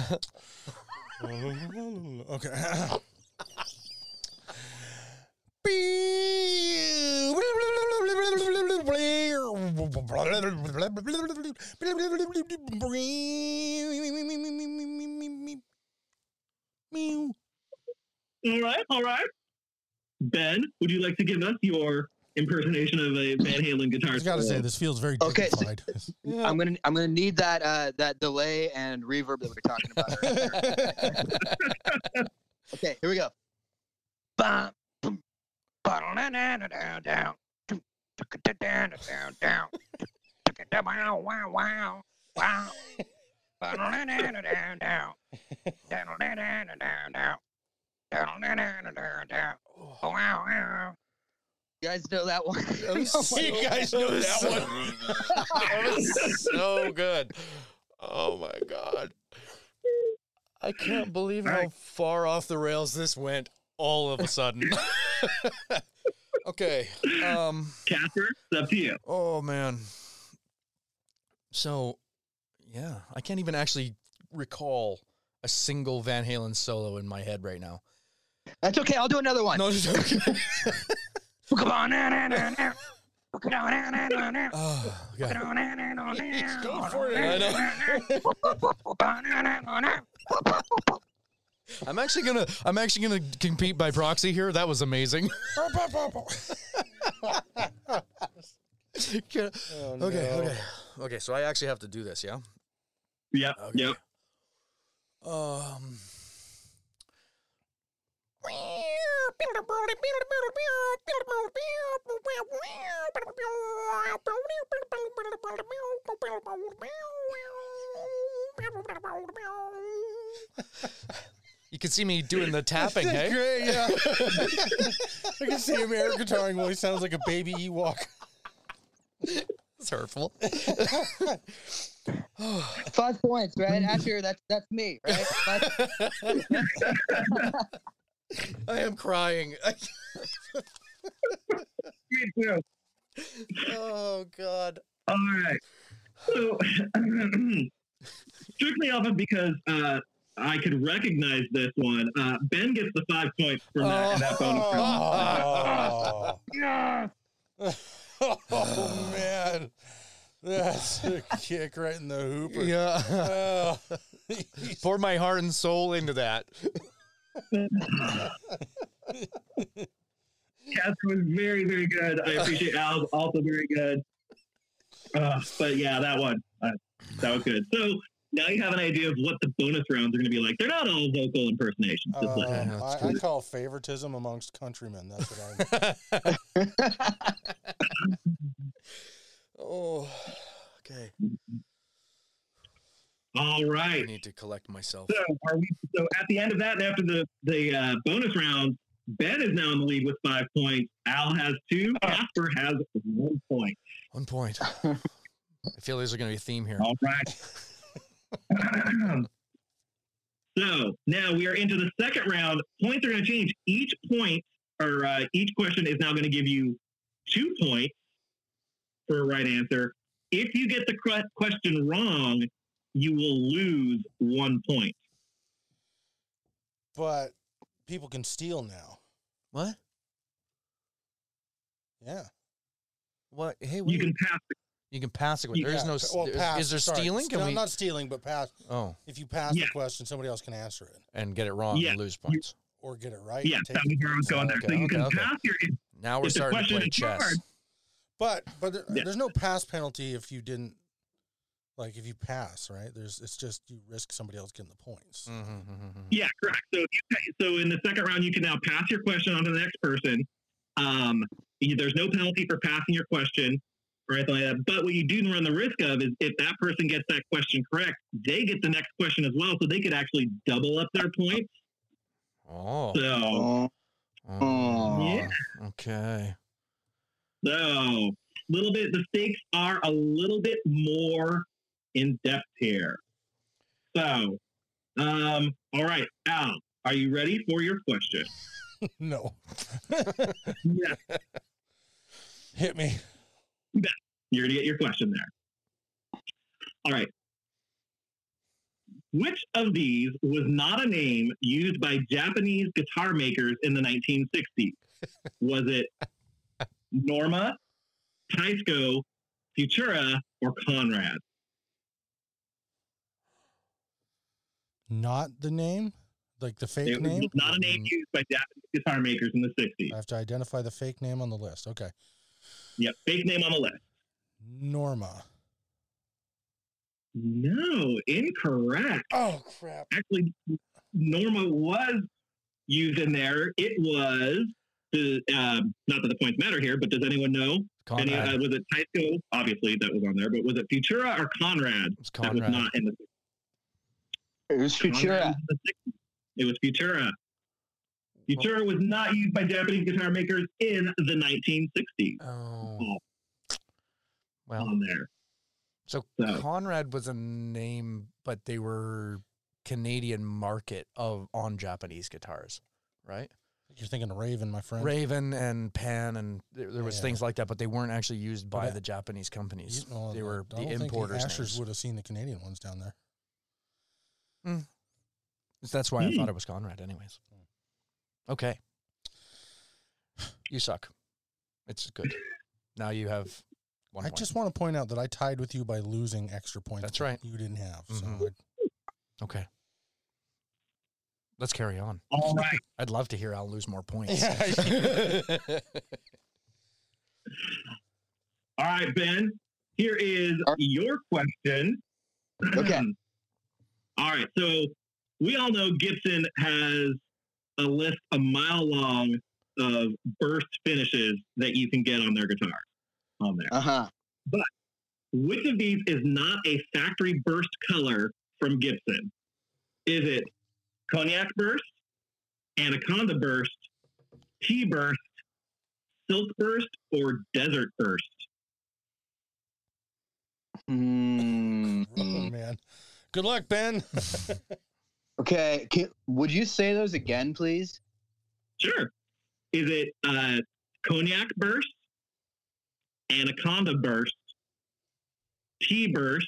okay. All right. All right. Ben, would you like to give us your impersonation of a Van I Halen guitar just gotta solo? say, this feels very Okay, so- dignified. I'm gonna I'm gonna need that uh that delay and reverb that we were talking about. earlier. Okay, here we go. Bum, bum, ba-da-na-na-na-down, dum, tuk-a-da-da-na-down, dum, tuk-a-da-wow-wow-wow, wow, ba-da-na-na-na-down, da-da-na-na-na-down, da-da-na-na-na-down, wow-wow. You guys know that one? you guys know that one. that was so good. Oh my god. I can't believe how far off the rails this went all of a sudden. okay. Um Casper, it's up to you. oh man. So yeah, I can't even actually recall a single Van Halen solo in my head right now. That's okay. I'll do another one. No, just joking. Come on, na, na, na, na. Come on, na, na, na, na. oh, God. Come on, na, na, na, na. Go for it. I know. I'm actually gonna I'm actually gonna compete by proxy here. That was amazing. okay, Oh, no. okay, okay. So I actually have to do this, yeah. Yep. Okay. Yep. Um. You can see me doing the tapping, That's hey? great, yeah. I can see him air guitaring while he sounds like a baby Ewok. It's hurtful. Five points, right? Asher, that's that's me, right? Five- I am crying. Me too. oh God. All right. So, strictly off of because uh, I could recognize this one. Uh, ben gets the five points for that, and that bonus. round. Oh, oh man. That's a kick right in the hooper. Yeah. Oh. Pour my heart and soul into that. Cats was very, very good. I appreciate Al's also very good. Uh, but yeah, that one. Uh, that was good. So now you have an idea of what the bonus rounds are going to be like. They're not all vocal impersonations. Just Um, like that. that's I, I great. call favoritism amongst countrymen. That's what oh. Okay. All I right. need to collect myself. So are we? So at the end of that, and after the the uh, bonus round, Ben is now in the lead with five points. Al has two. Casper has one point. One point. I feel there's going to be a theme here. All right. so now we are into the second round. Points are going to change. Each point or uh, each question is now going to give you two points for a right answer. If you get the cre- question wrong, you will lose one point. I But people can steal now. What? Yeah. What? Hey, what You are can pass you can pass it. With. There's Yeah, no. pa- s- well, there- pass, is there sorry. stealing? Can no, we? not stealing, but pass. oh, If you pass Yeah. the question, somebody else can answer it and get it wrong Yeah, and lose points. or get it right. Yeah, and take that was the where I was points. going there. so Okay, you can okay, okay. pass your. Now we're If the starting to question play is chess. hard- But but there, Yeah. there's no pass penalty if you didn't like if you pass, right? There's it's just you risk somebody else getting the points. Mhm, mhm, mhm. Yeah, correct. So, if you, so in the second round, you can now pass your question on to the next person. Um, you- there's no penalty for passing your question or anything like that. But what you do run the risk of is if that person gets that question correct, they get the next question as well. So they could actually double up their points. Oh. So, Oh, oh, Yeah. Okay. so little bit. The stakes are a little bit more in depth here. So, um, all right, Al, are you ready for your question? No, Yeah. hit me. You're going to get your question there. All right. Which of these was not a name used by Japanese guitar makers in the 1960s? Was it Norma, Tysco, Futura, or Conrad? Not the name, like the fake It was name. Mm-hmm. Uh. not a name used by Japanese guitar makers in the 60s. I have to identify the fake name on the list. Okay, Yep, fake name on the list. Norma. No, incorrect. Oh crap! actually Norma was used in there. It was the um, not that the points matter here, but does anyone know? Any, uh, Conrad. was it Tycho? Obviously, that was on there, but was it Futura or Conrad? It's That was Conrad. not in the it was Conrad Futura. was in the 60s. It was Futura. Futura was not used by Japanese guitar makers in the 1960s. Oh. Well, On there, so so- Conrad was a name, but they were Canadian market of on Japanese guitars, right? You're thinking Raven, my friend. Raven and Pan and there, there was Yeah. things like that, but they weren't actually used by But I- the Japanese companies. You- well, they were I the don't think importers. The Ashers names. would have seen the Canadian ones down there. That's why I Hmm. thought it was Conrad, anyways. Okay. You suck. It's good. Now you have one I point. just want to point out that I tied with you by losing extra points. That's that right. You didn't have. So Mhm. okay. Let's carry on. All right. I'd love to hear Al lose more points. Yeah. All right, Ben. Here is All right. your question. Okay. all right. So we all know Gibson has a list a mile long of burst finishes that you can get on their guitar. On there, Uh huh. which of these is not a factory burst color from Gibson? Is it cognac burst, anaconda burst, tea burst, silk burst, or desert burst? Hmm. oh, man. Good luck, Ben. Oh, Okay. Can, would you say those again, please? Sure. Is it uh, cognac burst, anaconda burst, tea burst,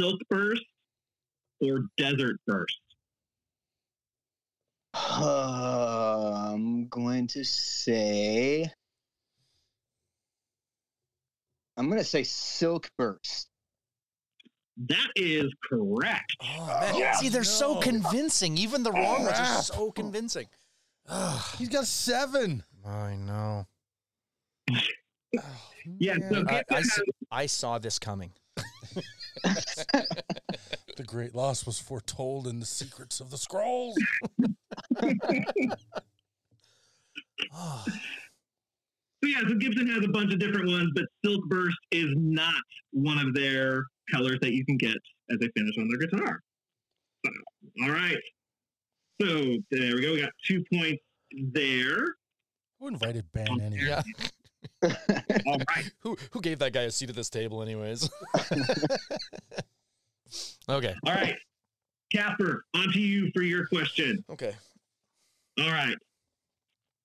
silk burst, or desert burst? I'm going to say. I'm going to say Silk Burst. That is correct. Oh, man. Yeah. See, they're so No. convincing. Even the wrong ones crap. are so convincing. Ugh. He's got seven. I know. Oh, Yeah, so man. Gibson I- I has s- I saw this coming. the great loss was foretold in the secrets of the scrolls. Oh, So yeah, so Gibson has a bunch of different ones, but Silk Burst is not one of their colors that you can get as they finish on their guitar. So, all right. So there we go. We got two points there. Who invited Ben anyway? yeah. All right. Who who gave that guy a seat at this table, anyways? okay. All right. Casper, on to you for your question. Okay. All right.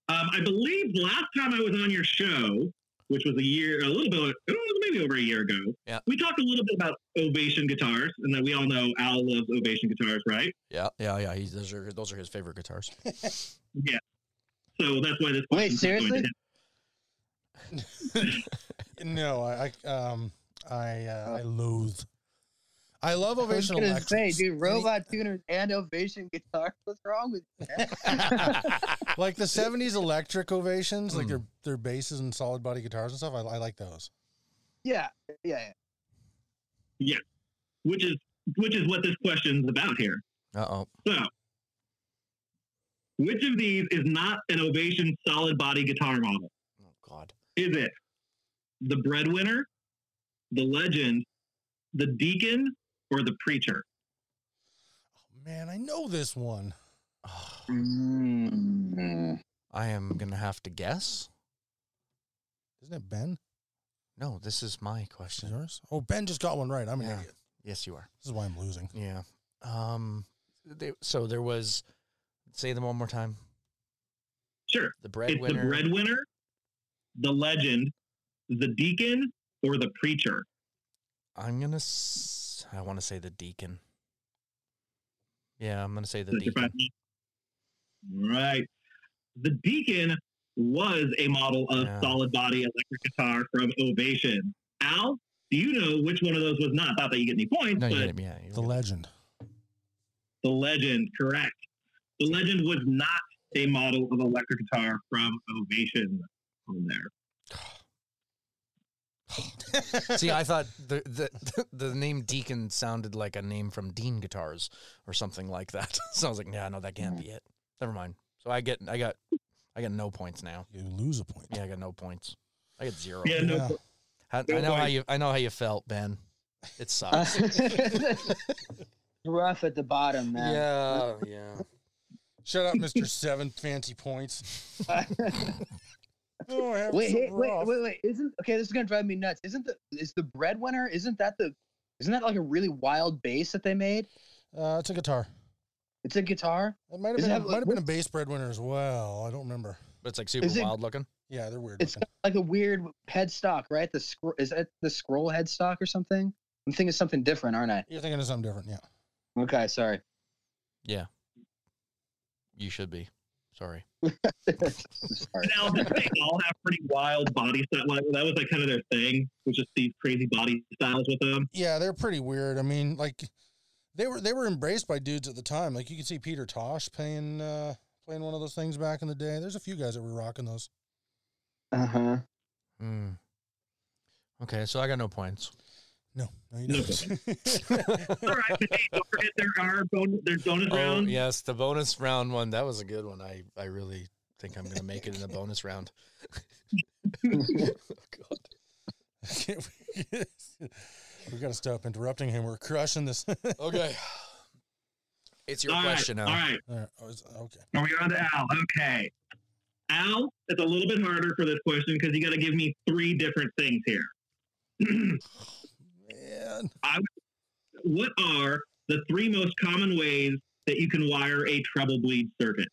Um, I believe the last time I was on your show, which was a year, a little bit, oh, maybe over a year ago, Yeah. we talked a little bit about Ovation guitars, and that we all know Al loves Ovation guitars, right? Yeah. Yeah. Yeah. He's, those are those are his favorite guitars. So that's why this. Wait, question's going to seriously? him. No, I, I um I uh, I loathe. I love ovation I was gonna electrics. say, Any- dude, robot tuners and ovation guitars. What's wrong with you? man? like the '70s electric ovations, like Mm. their their basses and solid body guitars and stuff. I, I like those. yeah, yeah, yeah. which is which is what this question's about here. Uh oh. So, which of these is not an Ovation solid body guitar model? Oh God. Is it the breadwinner, the legend, the deacon, or the preacher? Oh, man, I know this one. Oh, Mm. I am gonna have to guess. Isn't it Ben? No, this is my Is question. it Yours? Oh, Ben just got one right. I'm an Yeah. idiot. Yes, you are. This is why I'm losing. Yeah. Um. They, so there was. Say them one more time. Sure. The it's breadwinner. the breadwinner, the legend, the deacon, or the preacher. I'm gonna. S- I want to say the deacon. Yeah, I'm gonna say the That's your deacon. final- Right. The deacon was a model of Yeah. solid body electric guitar from Ovation. Al, do you know which one of those was not? Not that you get any points, No, you but get it. Yeah, you The legend. the legend, correct. The legend was not a model of electric guitar from Ovation on there. See, I thought the, the the name Deacon sounded like a name from Dean Guitars or something like that. So I was like, nah, no, that can't be it. Never mind. So I get I got I got no points now. You lose a point. Yeah, I got no points. I got zero. Yeah, no, Yeah. I, I know how you I know how you felt, Ben. It sucks. Mm. Rough at the bottom, man. yeah, yeah. Shut up, Mister Seven Fancy Points. Oh, I have wait, some hey, wait, rough. wait, wait! Isn't okay? This is gonna drive me nuts. Isn't the is the breadwinner? Isn't that the? Isn't that like a really wild bass that they made? Uh, it's a guitar. It's a guitar. It might have Does it been, have, like, might have been a what- bass breadwinner as well. I don't remember. But it's like super Is it- wild looking. Yeah, they're weird. It's looking. got like a weird headstock, right? The scroll is that the scroll headstock or something? I'm thinking something different, aren't I? You're thinking of something different. Yeah. Okay, sorry. You should be. Sorry. sorry. Now, did they all have pretty wild body style? Like, that was like kind of their thing, was just these crazy body styles with them. Yeah, they're pretty weird. I mean, like they were they were embraced by dudes at the time. Like you could see Peter Tosh playing uh playing one of those things back in the day. There's a few guys that were rocking those. Uh huh. Hmm. Okay, so I got no points. No, no, you No. don't. All right, but hey, don't forget there are bon- there's bonus Oh rounds. yes, the bonus round one. That was a good one. I I really think I'm gonna make it in the bonus round. God. we got to stop interrupting him. We're crushing this. All Okay. It's your All right, question now. All right, right, oh, it's- okay. are we on to Al? Okay. Al, it's a little bit harder for this question because you got to give me three different things here. Man. what are the three most common ways that you can wire a treble bleed circuit?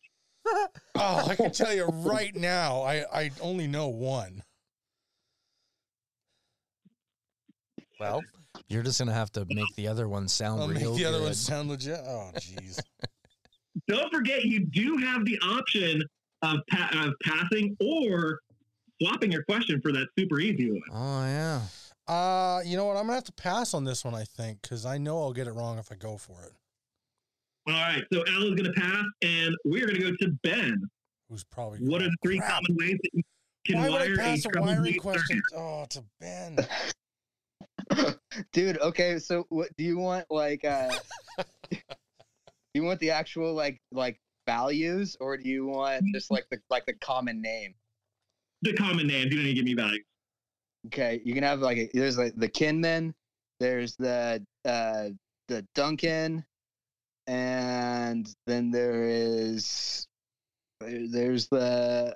Oh, I can tell you right now. I I only know one. Well, you're just gonna have to make the other one sound I'll real make the other one good. sound legit. Oh, jeez. Don't forget, you do have the option of, pa- of passing or swapping your question for that super easy one. Oh yeah. Uh, you know what? I'm gonna have to pass on this one. I think because I know I'll get it wrong if I go for it. All right, so Al is going to pass, and we're going to go to Ben. Who's probably What are the three Crap. common ways that you can Why wire would I a pass a, treble wiring bleed question? circuit? Oh, to Ben. Dude, okay, so what do you want like uh you want the actual like like values or do you want just like the like the common name? The common names. You don't need to give me value. Okay, you can have like a, there's like the Kinman, there's the uh the Duncan, and then there is there- there's the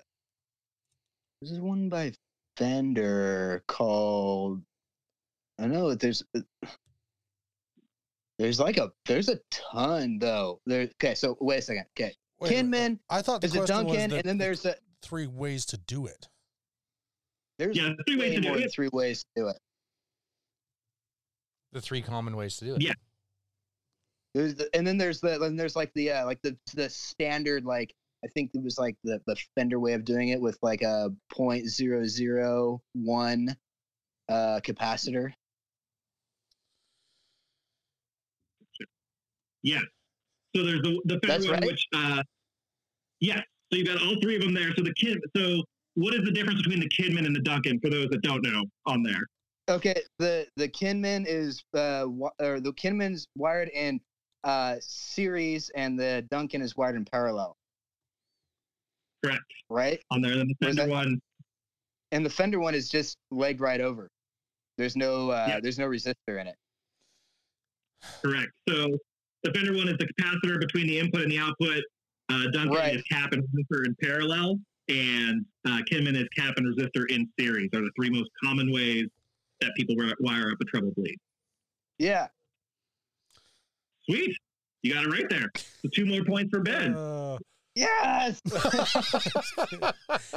there's this one by Fender called I know that there's uh, there's like a there's a ton though. There okay, so wait a second. Okay. Wait, wait, Kinman, I thought the there's a question was Duncan the and then there's a three ways to do it. there's Yeah, three ways way to do more than it. three ways to do it. The three common ways to do it. Yeah. There's the, and then there's the then there's like the uh, like the the standard like I think it was like the the Fender way of doing it with like a point zero zero one uh capacitor. So there's the the fair That's one, right. which uh, yes. So you got all three of them there. So the kid. So what is the difference between the Kidman and the Duncan for those that don't know on there? Okay, the the Kinman is uh wi- or the Kinman's wired in uh series and the Duncan is wired in parallel. Correct. Right? On there, then the Was Fender that- one. And the Fender one is just legged right over. There's no uh Yeah. there's no resistor in it. Correct. So the Fender one is the capacitor between the input and the output. Uh, Duncan Right. is cap and resistor in parallel, and uh, Kidman is cap and resistor in series. Are the three most common ways that people wi- wire up a treble bleed. Yeah. Sweet, you got it right there. So two more points for Ben. Uh, Yes.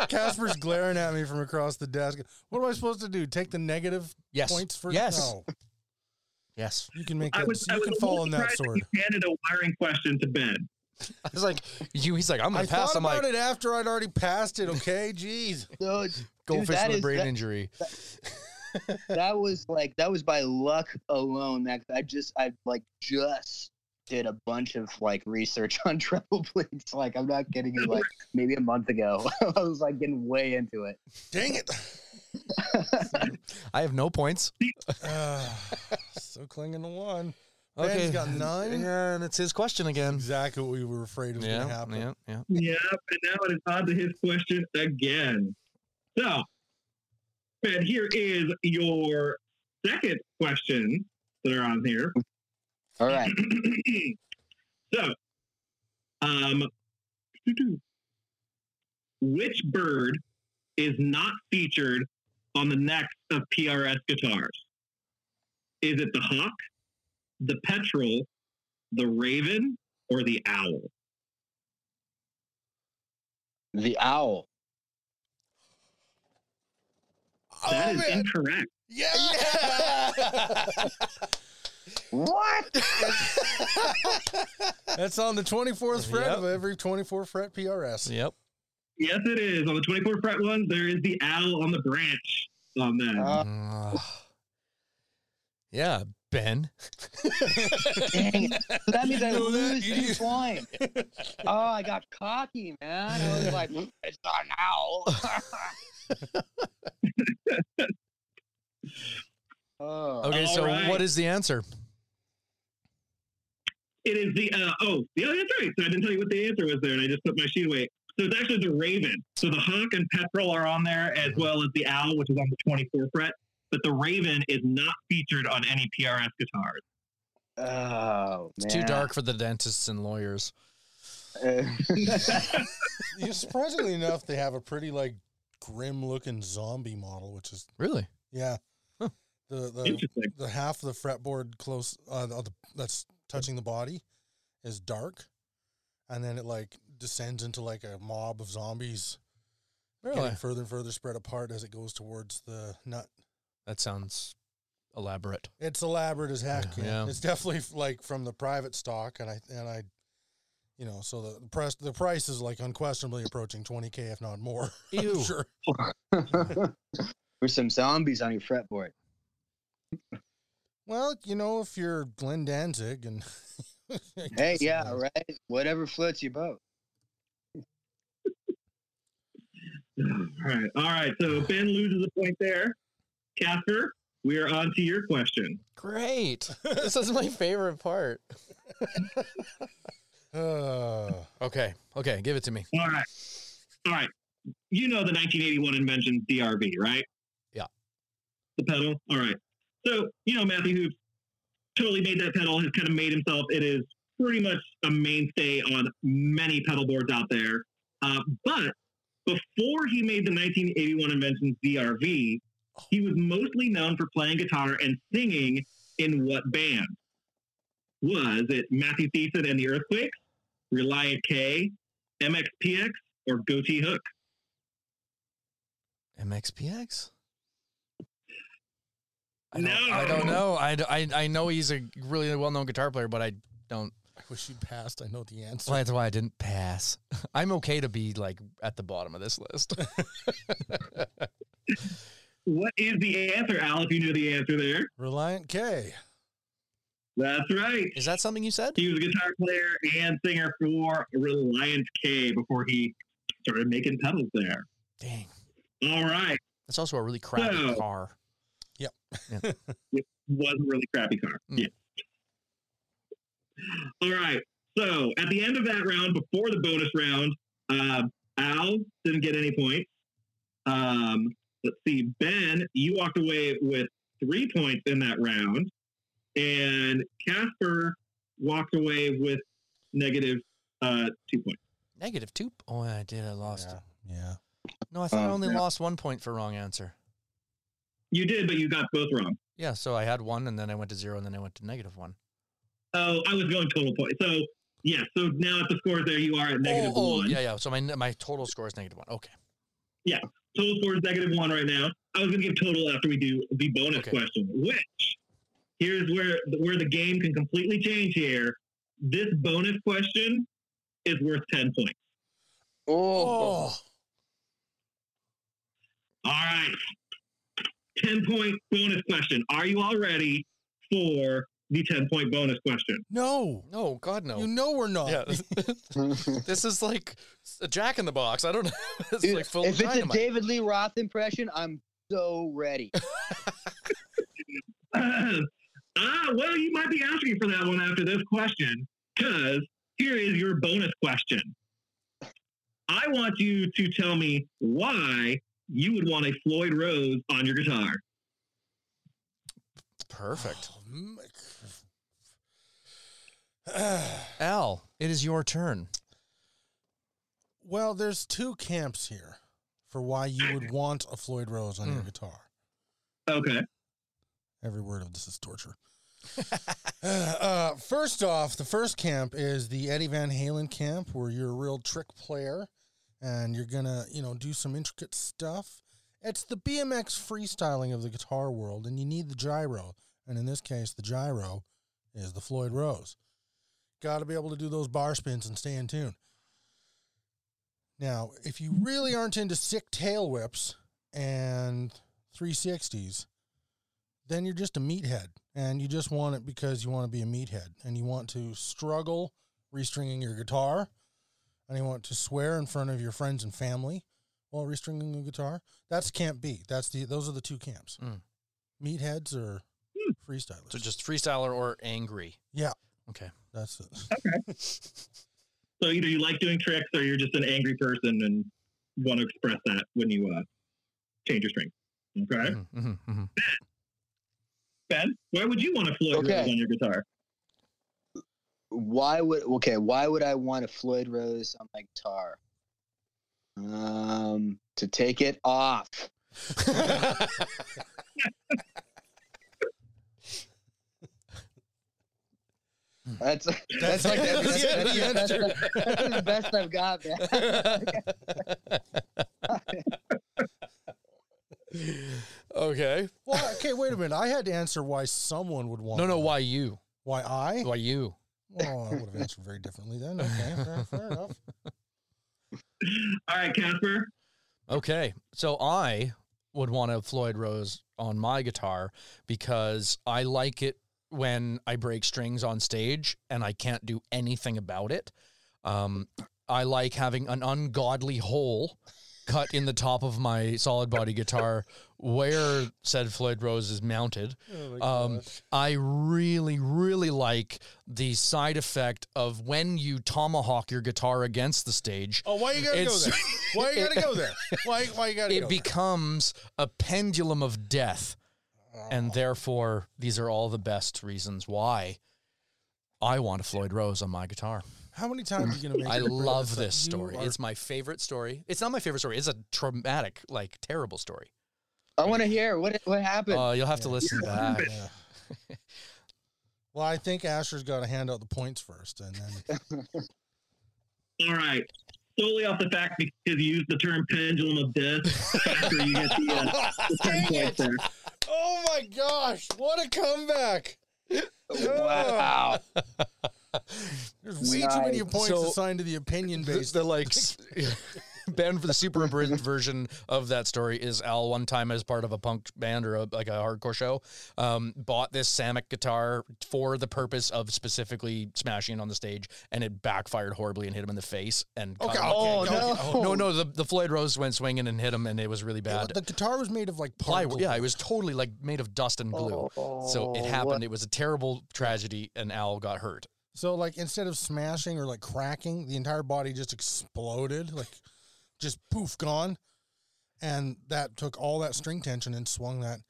Casper's glaring at me from across the desk. What am I supposed to do? Take the negative Yes. points for yes. No, Yes. you can make I that. was, I you was can a fall little on that surprised sword. You handed a wiring question to Ben. I was like, you. He's like, I'm I gonna pass. thought I'm like, about it after I'd already passed it. Okay, jeez. So goldfish that with a is- brain that- injury. that was like that was by luck alone. That I just I like just did a bunch of like research on treble bleeds. Like I'm not kidding you. Like maybe a month ago, I was like getting way into it. Dang it. I have no points. Uh, still clinging to one. Ben's Okay, got nine. Yeah, and it's his question again. Exactly what we were afraid was going to Yeah, happen. yeah, yeah. Yep, and now it is on to his question again. So, Ben, here is your second question that are on here. All right. so, um, which bird is not featured on the next of PRS guitars? Is it the hawk, the petrel, the raven, or the owl? The owl. Oh, that is incorrect. Yeah. What? That's on the 24th fret Yep. of every 24 fret PRS. yep. Yes, it is. On the 24 fret one, there is the owl on the branch on that. Uh, yeah, Ben. dang it. So that means I You know that, lose you two do- points. Oh, I got cocky, man. I was like, "Mm, it's not an owl. oh, Okay, so All right. what is the answer? It is the uh, oh, yeah, that's right. So I didn't tell you what the answer was there, and I just put my sheet away. So it's actually the raven. So the hawk and petrel are on there, as well as the owl, which is on the 24 fret. But the raven is not featured on any PRS guitars. oh, It's too man. dark for the dentists and lawyers. You- Surprisingly enough, they have a pretty like grim looking zombie model, which is Really? yeah. Huh. The the Interesting. the half of the fretboard close uh, the, the- that's touching the body is dark, and then it like descends into like a mob of zombies, Really? getting further and further spread apart as it goes towards the nut. That sounds elaborate. It's elaborate as heck. Yeah. Yeah, Yeah. it's definitely f- like from the private stock, and I and I, you know, so the price the price is like unquestionably approaching twenty k, if not more. I'm Ew. sure. There's some zombies on your fretboard. Well, you know, if you're Glenn Danzig and Hey, yeah, right. Whatever floats your boat. All right, all right. So Ben loses a point there. Casper, we are on to your question. Great. this is my favorite part. Uh, Okay. Okay. Give it to me. All right, all right. You know the 1981 invention DRB, right? Yeah. The pedal. All right. So you know Matthew Hoops totally made that pedal. Has kind of made himself. It is pretty much a mainstay on many pedal boards out there. Uh, but before he made the 1981 invention DRV, he was mostly known for playing guitar and singing in what band? Was it Matthew Thiessen and the Earthquakes, Reliant K, MXPX, or Goatee Hook? MXPX? I don't, No. I don't know. I, d- I- I know he's a really well known guitar player, but I don't. I wish you'd passed. I know the answer. Well, that's why I didn't pass. I'm okay to be like at the bottom of this list. What is the answer, Al? If you knew the answer there, Reliant K. that's right. Is that something you said? He was a guitar player and singer for Reliant K before he started making pedals there. Dang. All right, That's also a really crappy No. car. was a really crappy car. Mm. Yeah. All right. So at the end of that round, before the bonus round, uh, Al didn't get any points. Um, let's see, Ben, you walked away with three points in that round, and Casper walked away with negative uh, two points. Negative two. p- Oh, I did. I lost. Yeah. yeah. No, I thought I Oh, only yeah. lost one point for wrong answer. You did, but you got both wrong. Yeah, so I had one, and then I went to zero, and then I went to negative one. Oh, I was going total points. So yeah, so now at the score there, you are at negative oh, oh, one. yeah, yeah. So my my total score is negative one. Okay. total score is negative one right now. I was going to give total after we do the bonus Okay. question, which here's where where the game can completely change. Here, this bonus question is worth ten points. Oh, Oh, All right, ten point bonus question. Are you all ready for the ten point bonus question? no. No, God, no. You know we're not. yeah, this is like a Jack in the Box. I don't know. It's Dude, like full if of it's a dynamite. David Lee Roth impression, I'm so ready. ah, well, you might be asking for that one after this question, because here is your bonus question. I want you to tell me why you would want a Floyd Rose on your guitar. Perfect. Oh, my- Ah. Al, it is your turn. Well, there's two camps here for why you would want a Floyd Rose on your Mm. guitar. Okay. Every word of this is torture. Uh, first off, the first camp is the Eddie Van Halen camp, where you're a real trick player, and you're gonna, you know, do some intricate stuff. It's the BMX freestyling of the guitar world, and you need the gyro, and in this case, the gyro is the Floyd Rose. Got to be able to do those bar spins and stay in tune. Now, if you really aren't into sick tail whips and 360s, then you're just a meathead and you just want it because you want to be a meathead and you want to struggle restringing your guitar and you want to swear in front of your friends and family while restringing the guitar. That's camp B. That's the those are the two camps. Mm. Meatheads or Hmm. freestylers. So just freestyler or angry. Yeah. Okay. that's it. So either you like doing tricks or you're just an angry person and want to express that when you uh, change your string. Okay, Mhm, mhm, mhm. Ben, why would you want to Floyd Okay. Rose on your guitar? why would okay why would i want a floyd rose on my guitar um to take it off that's that's like That's that's, the end of the that's- answer. that's the best i've got man okay. Well, okay, wait a minute. I had to answer why someone would want No, no. that. Why you? Why I? Why you? Well, I would have answered very differently then. Okay, fair, fair enough. All right, Casper. Okay. So I would want a Floyd Rose on my guitar because I like it when I break strings on stage and I can't do anything about it. Um, I like having an ungodly hole cut in the top of my solid body guitar where said Floyd Rose is mounted. Um, I really, really like the side effect of when you tomahawk your guitar against the stage. oh, why you gotta It's- go there? Why you gotta go there? Why why you gotta It go becomes a pendulum of death, there? Oh, and therefore, these are all the best reasons why I want a Floyd Rose on my guitar. how many times are you gonna make? I me bring love up? uh, this You story. are- It's my favorite story. It's not my favorite story. It's a traumatic, like terrible story. i want to hear what what happened Uh, you'll have to Yeah. listen back. Yeah. well, I think Asher's got to hand out the points first, and then All right. Solely off the fact because you used the term pendulum of death after you get the, uh, the ten points there. oh my gosh, what a comeback! wow There's way too many Nice. points So- assigned to the opinion The, based. the, like s- Ben for the super abridged version of that story is Al one time as part of a punk band or a, like a hardcore show, um, bought this Samick guitar for the purpose of specifically smashing it on the stage, and it backfired horribly and hit him in the face. And Okay, cut him. oh, no. no, no, the, the Floyd Rose went swinging and hit him, and it was really bad. The guitar was made of like Plywood, plywood. yeah, it was totally like made of dust and glue. So Oh, Oh. it happened. It was a terrible tragedy, and Al got hurt. So like instead of smashing or like cracking, the entire body just exploded, like just poof gone. And that took all that string tension and swung that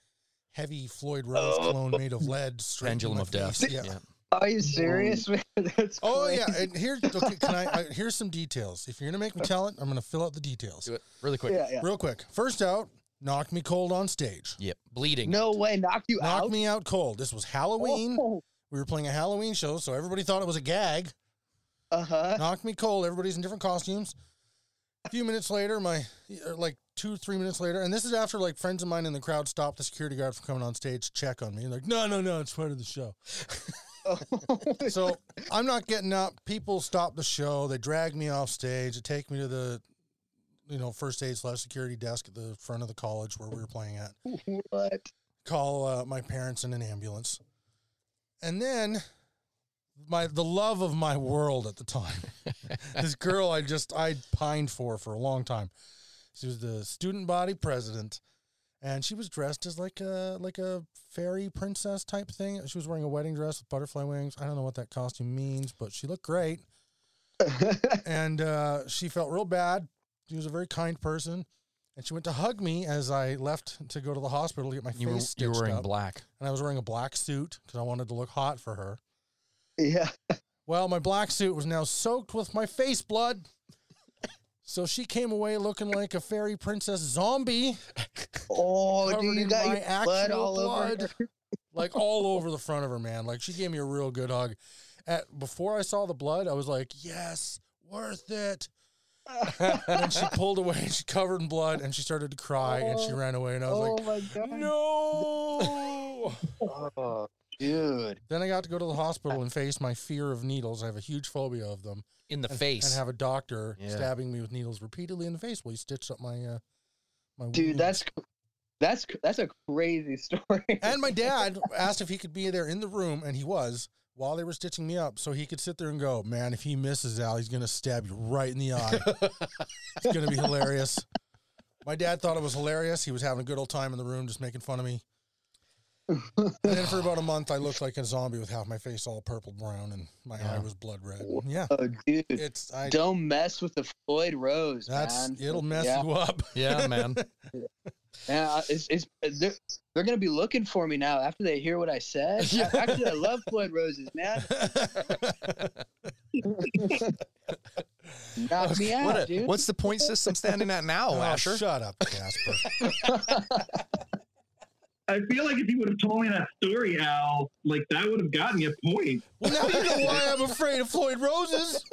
heavy Floyd Rose Oh. clone made of lead straight in Pendulum my of death. face. Yeah. Are you serious, man? That's Oh crazy. yeah, and here's okay, can I, I here's some details. If you're gonna make me tell it, I'm gonna fill out the details. Do it really quick. yeah, yeah. Real quick. First out, knocked me cold on stage. Yep, bleeding. No way, knocked you Knocked out. Oh, me out cold. This was Halloween. Oh. We were playing a Halloween show, so everybody thought it was a gag. Uh huh. knocked me cold. Everybody's in different costumes. A few minutes later, my or like two, three minutes later, and this is after like friends of mine in the crowd stopped the security guard from coming on stage to check on me. Like, no, no, no, it's part of the show. So I'm not getting up. People stop the show. They drag me off stage. They take me to the, you know, first aid slash security desk at the front of the college where we were playing at what? call uh, my parents in an ambulance. And then my the love of my world at the time. this girl I just I pined for for a long time. She was the student body president and she was dressed as like a like a fairy princess type thing. She was wearing a wedding dress with butterfly wings. I don't know what that costume means, but she looked great and uh, she felt real bad. She was a very kind person. And she went to hug me as I left to go to the hospital to get my you were face you were stitched wearing up black. and I was wearing a black suit because I wanted to look hot for her. yeah. Well, my black suit was now soaked with my face blood. So she came away looking like a fairy princess zombie. Oh, Covered dude, Oh, you in got my your blood actual all over. blood. her. like all over the front of her, man. Like she gave me a real good hug. At before I saw the blood, I was like, "Yes, worth it." And then she pulled away, and she covered in blood, and she started to cry, and she Oh. ran away, and I was oh like, my god. "No!" Oh, dude. then I got to go to the hospital and face my fear of needles. I have a huge phobia of them. in the and, face. and have a doctor Yeah. stabbing me with needles repeatedly in the face while he stitched up my uh, my Dude, wound. that's that's that's a crazy story. and my dad asked if he could be there in the room, and he was while they were stitching me up, so he could sit there and go, "Man, if he misses Al, he's gonna stab you right in the eye. it's gonna be hilarious." My dad thought it was hilarious. He was having a good old time in the room, just making fun of me. and then for about a month, I looked like a zombie with half my face all purple brown and my Yeah. eye was blood red. Yeah, oh, dude. it's I. Don't mess with the Floyd Rose, That's man. it'll mess Yeah, you up. yeah, man. man, I- it's, it's uh, they're, they're gonna be looking for me now after they hear what I said. Yeah. I- Actually, I love Floyd Roses, man. Knock me out, What a- dude. what's the point system standing at now, Oh, Asher? shut up, Casper. I feel like if you would have told me that story, Al, like that would have gotten you a point. well, now you know why I'm afraid of Floyd Roses.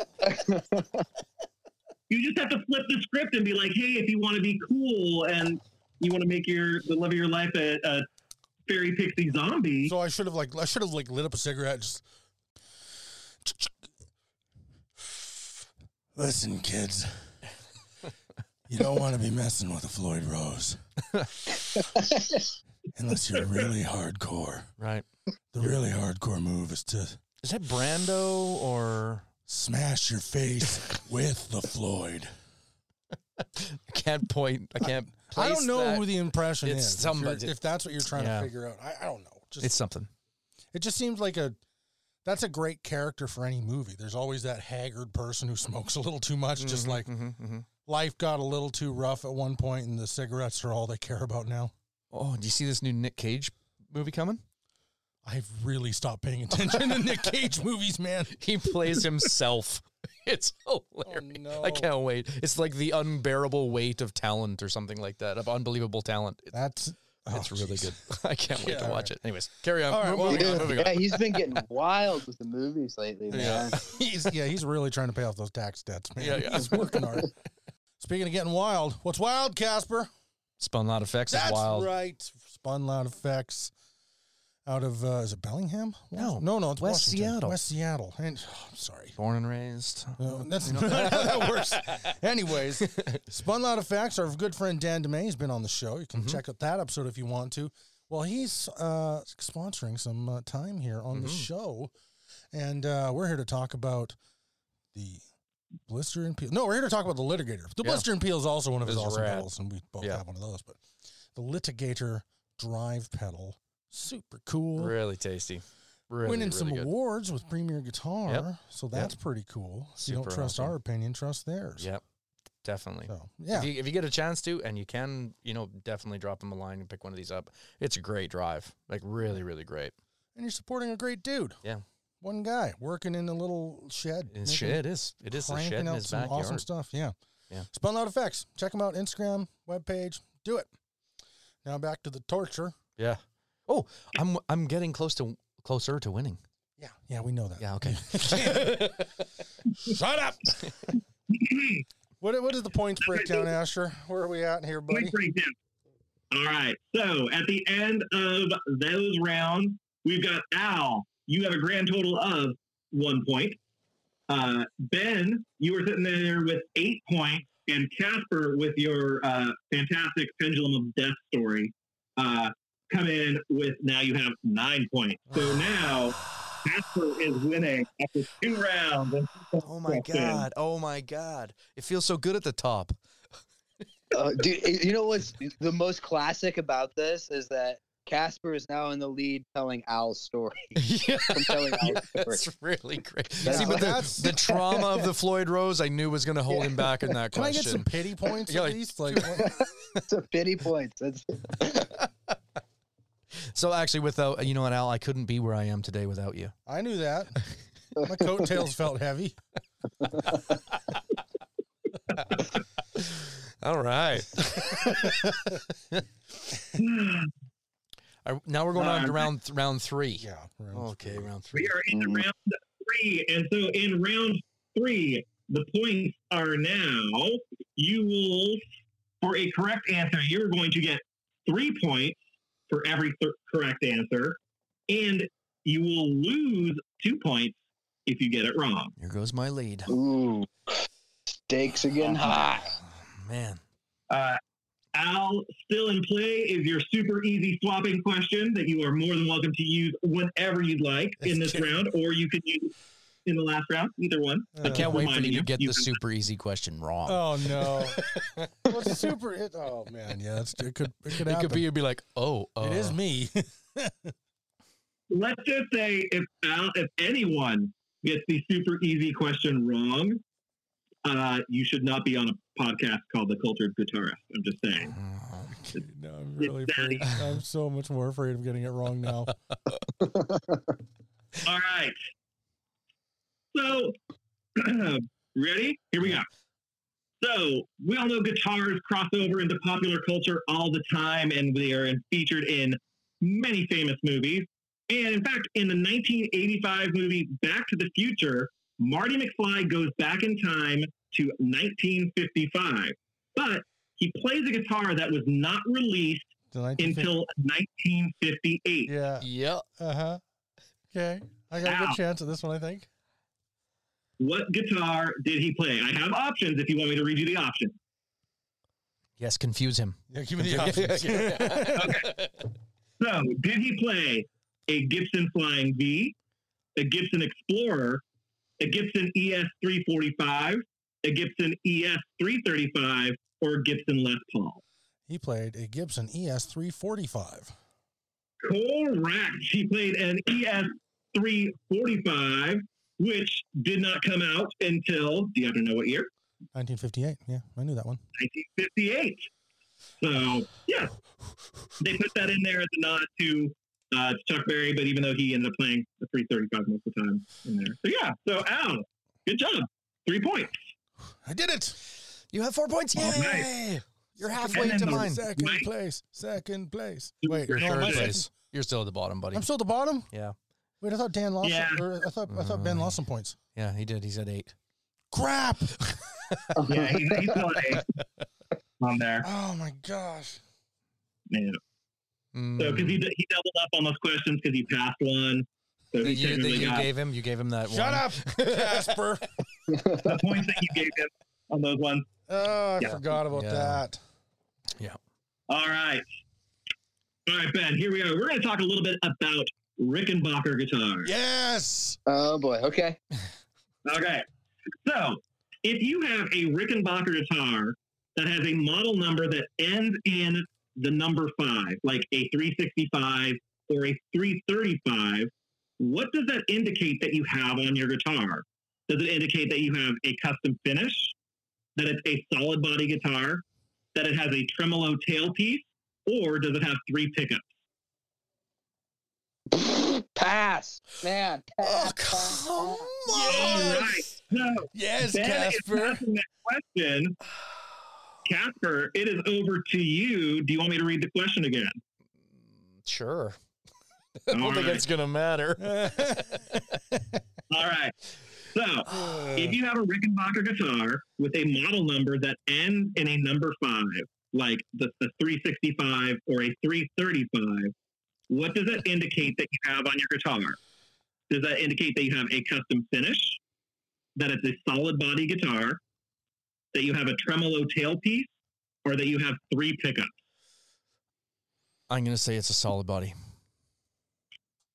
You just have to flip the script and be like, hey, if you want to be cool and you want to make your the love of your life a, a fairy pixie zombie, So I should have like I should have like lit up a cigarette. and Just listen, kids. You don't want to be messing with a Floyd Rose unless you're really hardcore. Right. The really hardcore move is to Is that Brando or smash your face with the Floyd. I can't point. I can't. I place don't know that. who the impression It's is. If you're- If, somebody- that's what you're trying Yeah. to figure out, I, I don't know. Just It's something. It just seems like a that's a great character for any movie. There's always that haggard person who smokes a little too much, just like Mhm, mm-hmm. mhm. life got a little too rough at one point and the cigarettes are all they care about now. Oh, do you see this new Nick Cage movie coming? I've really stopped paying attention to Nick Cage movies, man. Oh, He plays himself. It's hilarious. no. I can't wait. It's like the unbearable weight of talent or something like that, of unbelievable talent. It- That's oh, it's really jeez. good. I can't wait Yeah, to all watch it. Anyways, carry on. All right, Mo- well, moving on, Dude, moving on. yeah, he's been getting wild with the movies lately, man. He's, yeah, he's really trying to pay off those tax debts, man. Yeah, yeah. He's working hard. Speaking of getting wild, what's wild, Casper? Spun Loud Effects is That's wild. right. Spun Loud Effects out of, uh, is it Bellingham? No. No, no, it's West Washington. Seattle. West Seattle. And, oh, I'm sorry. Born and raised. Uh, that's not how that works. Anyways, Spun Loud Effects, our good friend Dan DeMay has been on the show. You can Mhm. check out that episode if you want to. Well, he's uh, sponsoring some uh, time here on the Mhm. show. And uh, we're here to talk about the Blister and Peel. No, we're here to talk about the Litigator. The Yeah. Blister and Peel is also one of his It's awesome rad. pedals, and we both Yeah. have one of those. But the Litigator drive pedal, super cool. Really tasty. Really, Winning really some good. awards with Premier Guitar, Yep. so that's pretty cool. If you don't Super trust awesome. our opinion, trust theirs. Yep, definitely. So yeah, If, you, if you get a chance to, and you can, you know, definitely drop them a line and pick one of these up. It's a great drive, like really, really great. and you're supporting a great dude. Yeah. one guy working in a little shed. It's making- shit, it is. It is a cranking shed in out his some backyard. awesome stuff. Yeah, Yeah. Spun Loud Effects. Check them out. Instagram, webpage. Do it. Now back to the torture. Yeah. Oh, I'm I'm getting close to closer to winning. Yeah, yeah, we know that. Yeah. Okay. Shut up. What what is the points breakdown, Asher? Where are we at here, buddy? Point breakdown. All right. So at the end of those rounds, we've got Al. You have a grand total of one point. Uh, ben, you were sitting there with eight points, and Casper with your uh, fantastic pendulum of death story uh, come in with now you have nine points. So now Casper is winning after two rounds. Oh my god. Oh my god. It feels so good at the top. Uh, dude, y- you know what's the most classic about this is that Casper is now in the lead telling Al's story. yeah. From telling Al's story. That's really great. Yeah, See, but that's- the, the trauma of the Floyd Rose, I knew was going to hold him back in that Can I get question. some pity points Yeah, at like- least? Like, what- It's a pity points. That's So actually, without you know what, Al, I couldn't be where I am today without you. I knew that. My coattails felt heavy. All right. Are- now we're going on to Uh, round th- round three. Yeah. round Okay, three. round three. We are in Mhm. round three. And so in round three, the points are now you will, for a correct answer, you're going to get three points for every th- correct answer. And you will lose two points if you get it wrong. Here goes my lead. Ooh, stakes are getting high. Man, Uh, Al, still in play is your super easy swapping question that you are more than welcome to use whenever you'd like in this round, or you can use in the last round, either one. I Uh, can't wait for reminding you to you, get you the can- super easy question wrong. Oh no! well, it's super. It, oh man, yeah, that's, it could it could it happen. could be you'd be like, oh, uh, it is me. let's just say if Al, if anyone gets the super easy question wrong, uh, you should not be on a podcast called The Cultured Guitarist. I'm just saying. oh. no, I'm really afraid- I'm so much more afraid of getting it wrong now. All right. So, ready? Here we go. So, we all know guitars cross over into popular culture all the time, and they are featured in many famous movies. And in fact, in the 1985 movie Back to the Future, Marty McFly goes back in time to 1955, but he plays a guitar that was not released The 1950 until 1958. yeah. Yep. Uh huh. Okay, I got a Ow. good chance at this one. I think. What guitar did he play? I have options if you want me to read you the options. Yes, confuse him. Yeah, give me the options. So, did he play a Gibson Flying V, a Gibson Explorer, a Gibson E ES 345, a Gibson E ES 335, or a Gibson Les Paul? he played a Gibson E ES 345. Correct. He played an E ES 345, which did not come out until, do you have to know what year? 1958. Yeah, I knew that one. 1958. So, yeah, they put that in there as a nod to uh, to Chuck Berry, but even though he ended up playing the 335 most of the time in there. So, yeah, so Al, good job. Three points. I did it. You have four points. Yay! All right. You're halfway And then to the mine. Second Right. place. Second place. You're Wait, You're no, am third I second? place. You're still at the bottom, buddy. I'm still at the bottom. Yeah. Wait, I thought Dan lost. Yeah. Or I thought I thought Ben lost some points. Yeah, he did. He's at eight. Crap! Yeah, he's, he's still at eight on there. Oh my gosh. Yeah. So, Mm. because he, he doubled up on those questions because he passed one. So, That he you, that technically you got gave him. You gave him that. Shut one. up, Casper. the points that you gave him on those ones. Oh, I Yeah. forgot about Yeah. that. All right. All right, Ben, here we are. We're going to talk a little bit about Rickenbacker guitars. Yes. oh boy. Okay. Okay. So if you have a Rickenbacker guitar that has a model number that ends in the number five, like a 365 or a 335, what does that indicate that you have on your guitar? Does it indicate that you have a custom finish, that it's a solid body guitar, that it has a tremolo tailpiece, or does it have three pickups? Pass, man. Oh, Pass, pass, come on. All right. So Yes, Ben is Casper. asking that question. Casper, it is over to you. Do you want me to read the question again? Sure. I don't All think right. it's gonna matter. All right. So, Uh. if you have a Rickenbacker guitar with a model number that ends in a number five, like the, the 365 or a 335, what does that indicate that you have on your guitar? Does that indicate that you have a custom finish, that it's a solid body guitar, that you have a tremolo tailpiece, or that you have three pickups? I'm gonna say it's a solid body.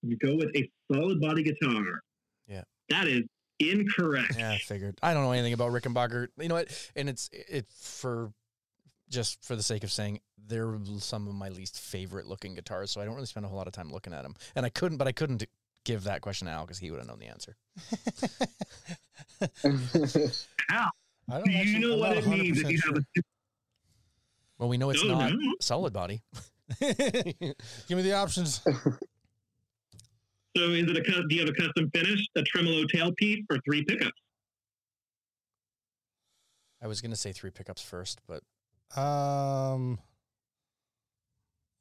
You go with a solid body guitar. Yeah. That is incorrect. Yeah, I figured. I don't know anything about Rickenbacker. You know what? And it's it for just for the sake of saying they're some of my least favorite looking guitars, so I don't really spend a whole lot of time looking at them. And I couldn't, but I couldn't give that question to Al because he would have known the answer. pass. I don't Do you know what it means if you have a Well, we know it's Oh, not no. solid body. Give me the options. So is it a cus- do you have a custom finish, a tremolo tailpiece, or three pickups? I was gonna say three pickups first, but Um,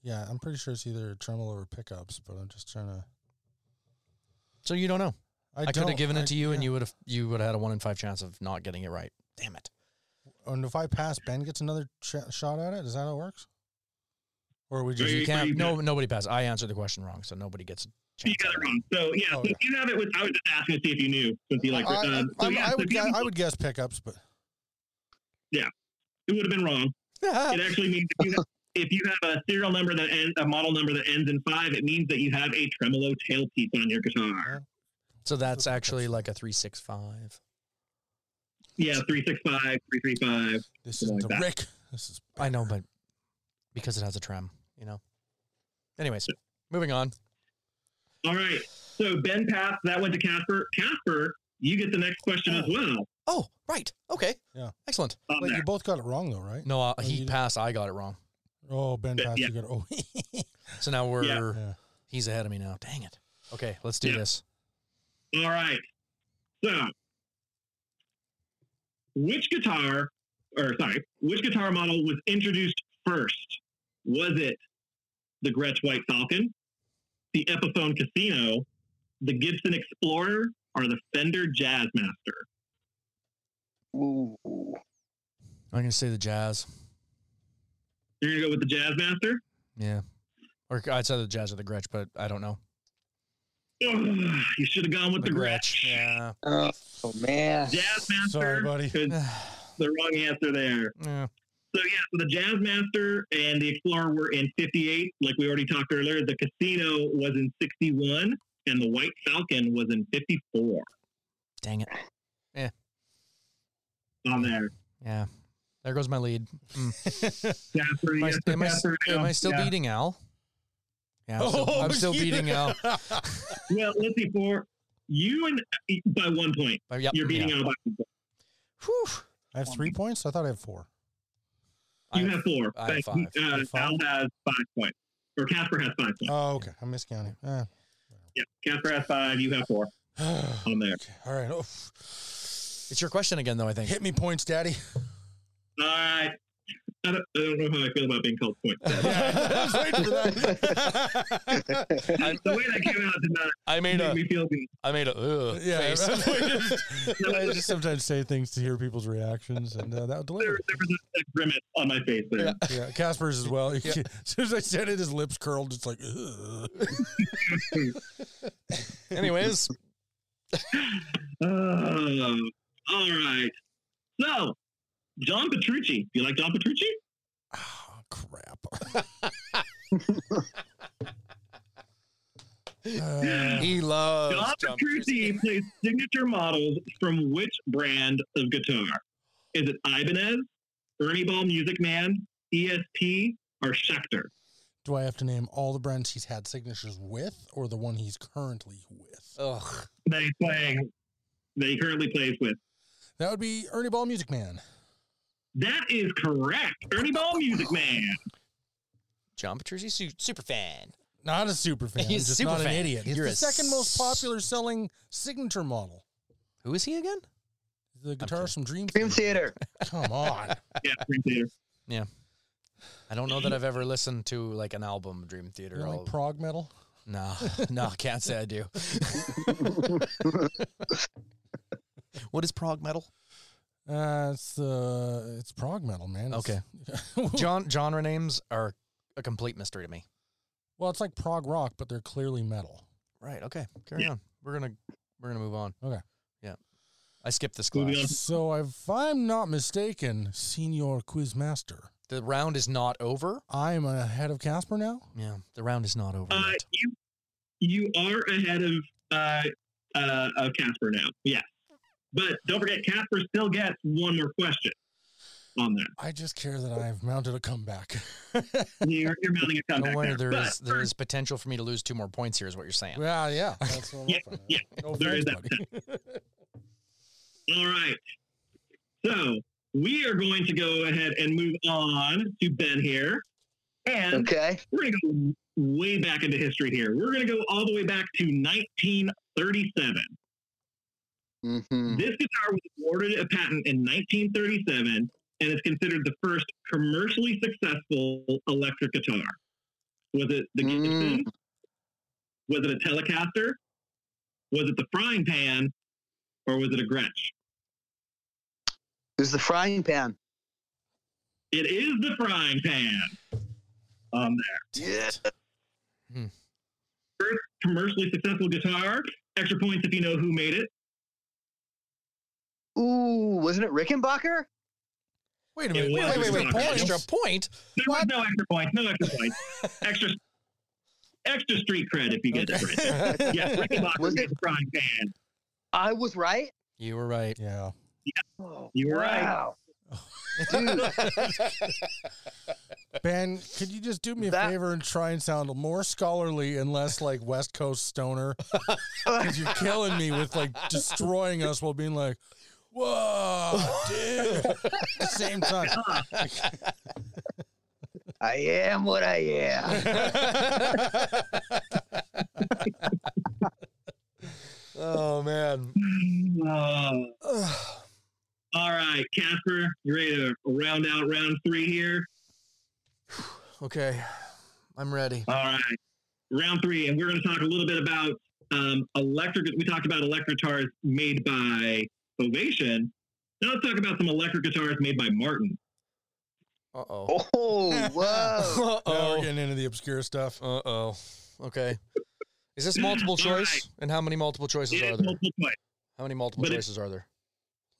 Yeah, I'm pretty sure it's either a tremolo or pickups, but I'm just trying to. So you don't know. I, could don't- have given it I- to you, and yeah. you would have you would have had a one in five chance of not getting it right. Damn it! And if I pass, Ben gets another ch- shot at it. Is that how it works? Or we You just Wait, can't. wait, No, nobody passed. I answered the question wrong, so nobody gets. A You chance got at it wrong. So yeah, Oh, since you have it, with, I was just asking to see if you knew. Since you like, I, I- um, so I'm- yeah, I so would if you guess, haven't- I would guess pickups, but it would have been wrong. It actually means if you have, if you have a serial number that ends, a model number that ends in five, it means that you have a tremolo tailpiece on your guitar. So that's actually like a three six five. Yeah, three six five, three three five. this Something isn't like a that. Rick. This is I know, but because it has a trem, you know. Anyways, moving on. All right. So Ben passed. That went to Casper. Casper, you get the next question as well. Oh, right. Okay. Yeah. Excellent. on wait. there. You both got it wrong though, right? No, uh, Oh, he you- passed. I got it wrong. Oh, Ben Yeah. passed. You got it. Oh, So now we're yeah. he's ahead of me now. Dang it. Okay, let's do Yeah. this. All right. So, which guitar, or sorry, which guitar model was introduced first? Was it the Gretsch White Falcon, the Epiphone Casino, the Gibson Explorer, or the Fender Jazzmaster? Ooh. I'm gonna say the jazz. You're gonna go with the Jazzmaster. Yeah. Or I'd say the jazz or the Gretsch, but I don't know. Ugh, you should have gone with the, Gretsch. Yeah. Oh, man. Sorry, Jazzmaster. buddy. is The wrong answer there. yeah. So yeah, so the Jazzmaster and the Explorer were in '58, like we already talked earlier. The Casino was in '61, and the White Falcon was in '54. Dang it. On there, Yeah. There goes my lead. Mm. Casper, Am I, yes, am I- Casper, am I no, still yeah. beating Al? Yeah, Oh, I'm still, I'm still beating Al. Well, let's see. For you and e, by one point, But yep, you're beating yeah. out by one point. Whew. I have three points. I thought I had four. You I- have four. I have Thank five. you. Uh, You have five? Al has five points, or Casper has five points. Oh, okay. I'm miscounting. Eh. Yeah, Casper has five. You have four on there. Okay, All right. Oh. It's your question again, though. I think. Hit me points, Daddy. All right. I don't, I don't know how I feel about being called points. I was waiting for that. I, The way that came out did not I made make a. me feel good. I made a. Ugh, yeah, face. I just sometimes say things to hear people's reactions, and uh, that there, delivered. there was a, a grimace on my face there. Yeah, Casper's as well. He- As soon as I said it, his lips curled. It's like, "Ugh." Anyways, Oh, all right. So, John Petrucci. Do you like John Petrucci? oh, crap. Uh, he loves Oh, John jump Petrucci plays signature models from which brand of guitar? Is it Ibanez, Ernie Ball Music Man, ESP, or Schecter? do I have to name all the brands he's had signatures with, or the one he's currently with? Ugh. That he's playing, that he currently plays with. That would be Ernie Ball, Music Man. That is correct. Ernie Ball Music Man. John Petrucci, su- super fan. Not a super fan. He's He's just super not fan. an idiot. He's You're the a second most s- popular selling signature model. Who is he again? The guitarist from Dream Dream Theater. Come on. Yeah, Dream Theater. I don't know that I've ever listened to like an album, Dream Theater. You don't all- like prog metal? No, no, can't say I do. what is prog metal? Uh, it's uh, it's prog metal, man. It's- John genre names are a complete mystery to me. well, it's like prog rock, but they're clearly metal. Right. Okay. Carry Yeah. on. We're gonna we're gonna move on. Okay. Yeah. I skipped this Moving class. So, if I'm not mistaken, Senior Quizmaster, The round is not over. I'm ahead of Casper now. Yeah. The round is not over. Uh, yet. you you are ahead of uh, uh, of Casper now. Yeah, but don't forget Casper still gets one more question on that. I just care that I've mounted a comeback. You're, you're mounting a comeback. Don't worry. there. There But is there is potential for me to lose two more points here. Is what you're saying? well, yeah, that's what I'm Yeah, hoping. yeah, No there is offense, buddy. all right. So we are going to go ahead and move on to Ben here, and Okay. we're going to go way back into history here. We're going to go all the way back to 1937. Mm-hmm. This guitar was awarded a patent in 1937 and is considered the first commercially successful electric guitar. Was it the Mm. Gibson? Was it a Telecaster? Was it the frying pan? Or was it a Gretsch? It was the frying pan. It is the frying pan. Um, Yeah. commercially successful guitar. Extra points if you know who made it. Ooh, wasn't it Rickenbacker? Wait a It minute. was Wait, wait, wait. extra Points? Extra point. There was no extra points. No extra points. extra, extra street cred if you get it right. Okay. Yeah, Rickenbacker Was was it- the frying pan. I was right. You were right. yeah. Oh, You were right. right. Dude, Ben, could you just do me a That- favor and try and sound more scholarly and less like West Coast stoner? Because you're killing me with like destroying us while being like, whoa, dude. At the same time. I am what I am. oh man. Uh, all right, Casper, you ready to round out round three here? okay. I'm ready. All right, round three, and we're going to talk a little bit about um, electric. We talked about electric guitars made by Ovation. Now let's talk about some electric guitars made by Martin. Uh oh. Oh, whoa. Uh Now we're oh. getting into the obscure stuff. Uh oh. Okay. Is this multiple choice? right. And how many multiple choices It are is there? multiple choice. How many multiple But it- choices are there?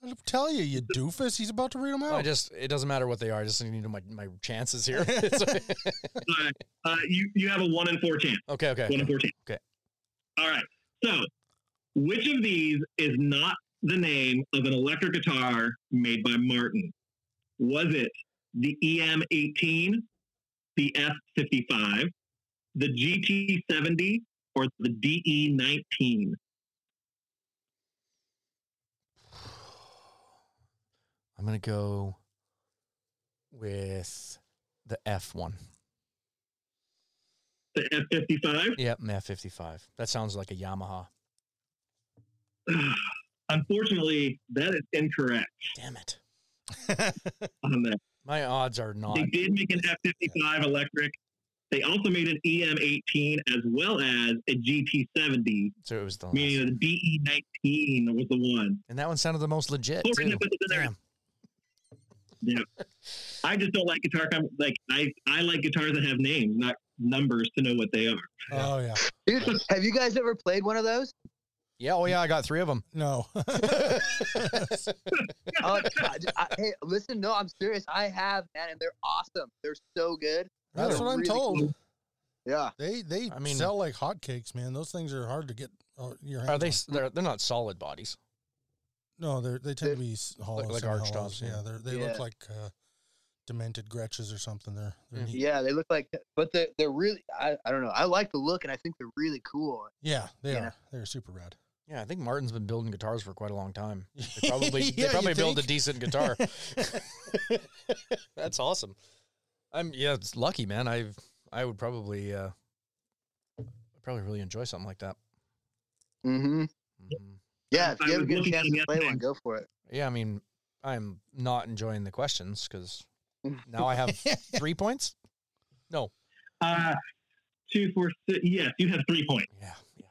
I'll tell you, you doofus. He's about to read them I out. just it doesn't matter what they are. I just need my my chances here. It's okay. All right, uh, you you have a one in four chance. okay, okay. One in four chance. Okay. All right. So, which of these is not the name of an electric guitar made by Martin? Was it the EM18, the F55, the GT70, or the E DE19? I'm gonna go with the F one. The F55? Yep, F fifty five. That sounds like a Yamaha. Unfortunately, that is incorrect Damn it. on that. My odds are not. They did make an F 55 electric. They also made an EM 18 as well as a GT 70, So it was the last. meaning the BE 19 was the one. And that one sounded the most legit Oh, and too. it was in there. Damn. I just don't like guitar. Com- like I, I like guitars that have names, not numbers to know what they are. Oh, yeah. Dude, have you guys ever played one of those? Yeah. Oh yeah, I got three of them. No. Oh, I- I- hey, listen, no, I'm serious. I have, man, and they're awesome. They're so good. That's what I'm Really told. Yeah. They they I mean- sell like hotcakes, man. Those things are hard to get uh, your hands Are they? on. s- They're, they're not solid bodies. No, they're, they tend to be s- hollows. like semi-hollows. arched tops, yeah. Yeah, they're, they Yeah. look like uh, demented Gretches or something. They're, they're Mm. neat. Yeah, they look like, but they're, they're really, I, I don't know. I like the look and I think they're really cool. Yeah, they Yeah. are. They're super rad. Yeah, I think Martin's been building guitars for quite a long time. They probably they Yeah, probably you build a think? decent guitar. That's awesome. I'm yeah, it's lucky, man. I I would probably uh I'd probably really enjoy something like that. Mm-hmm. Mhm. Yeah, if I you ever was get a looking chance at to the play other one, thing. go for it. Yeah, I mean, I'm not enjoying the questions cuz now I have 3 points. Uh, two, four, six. Yes, you have three points Yeah. Yeah.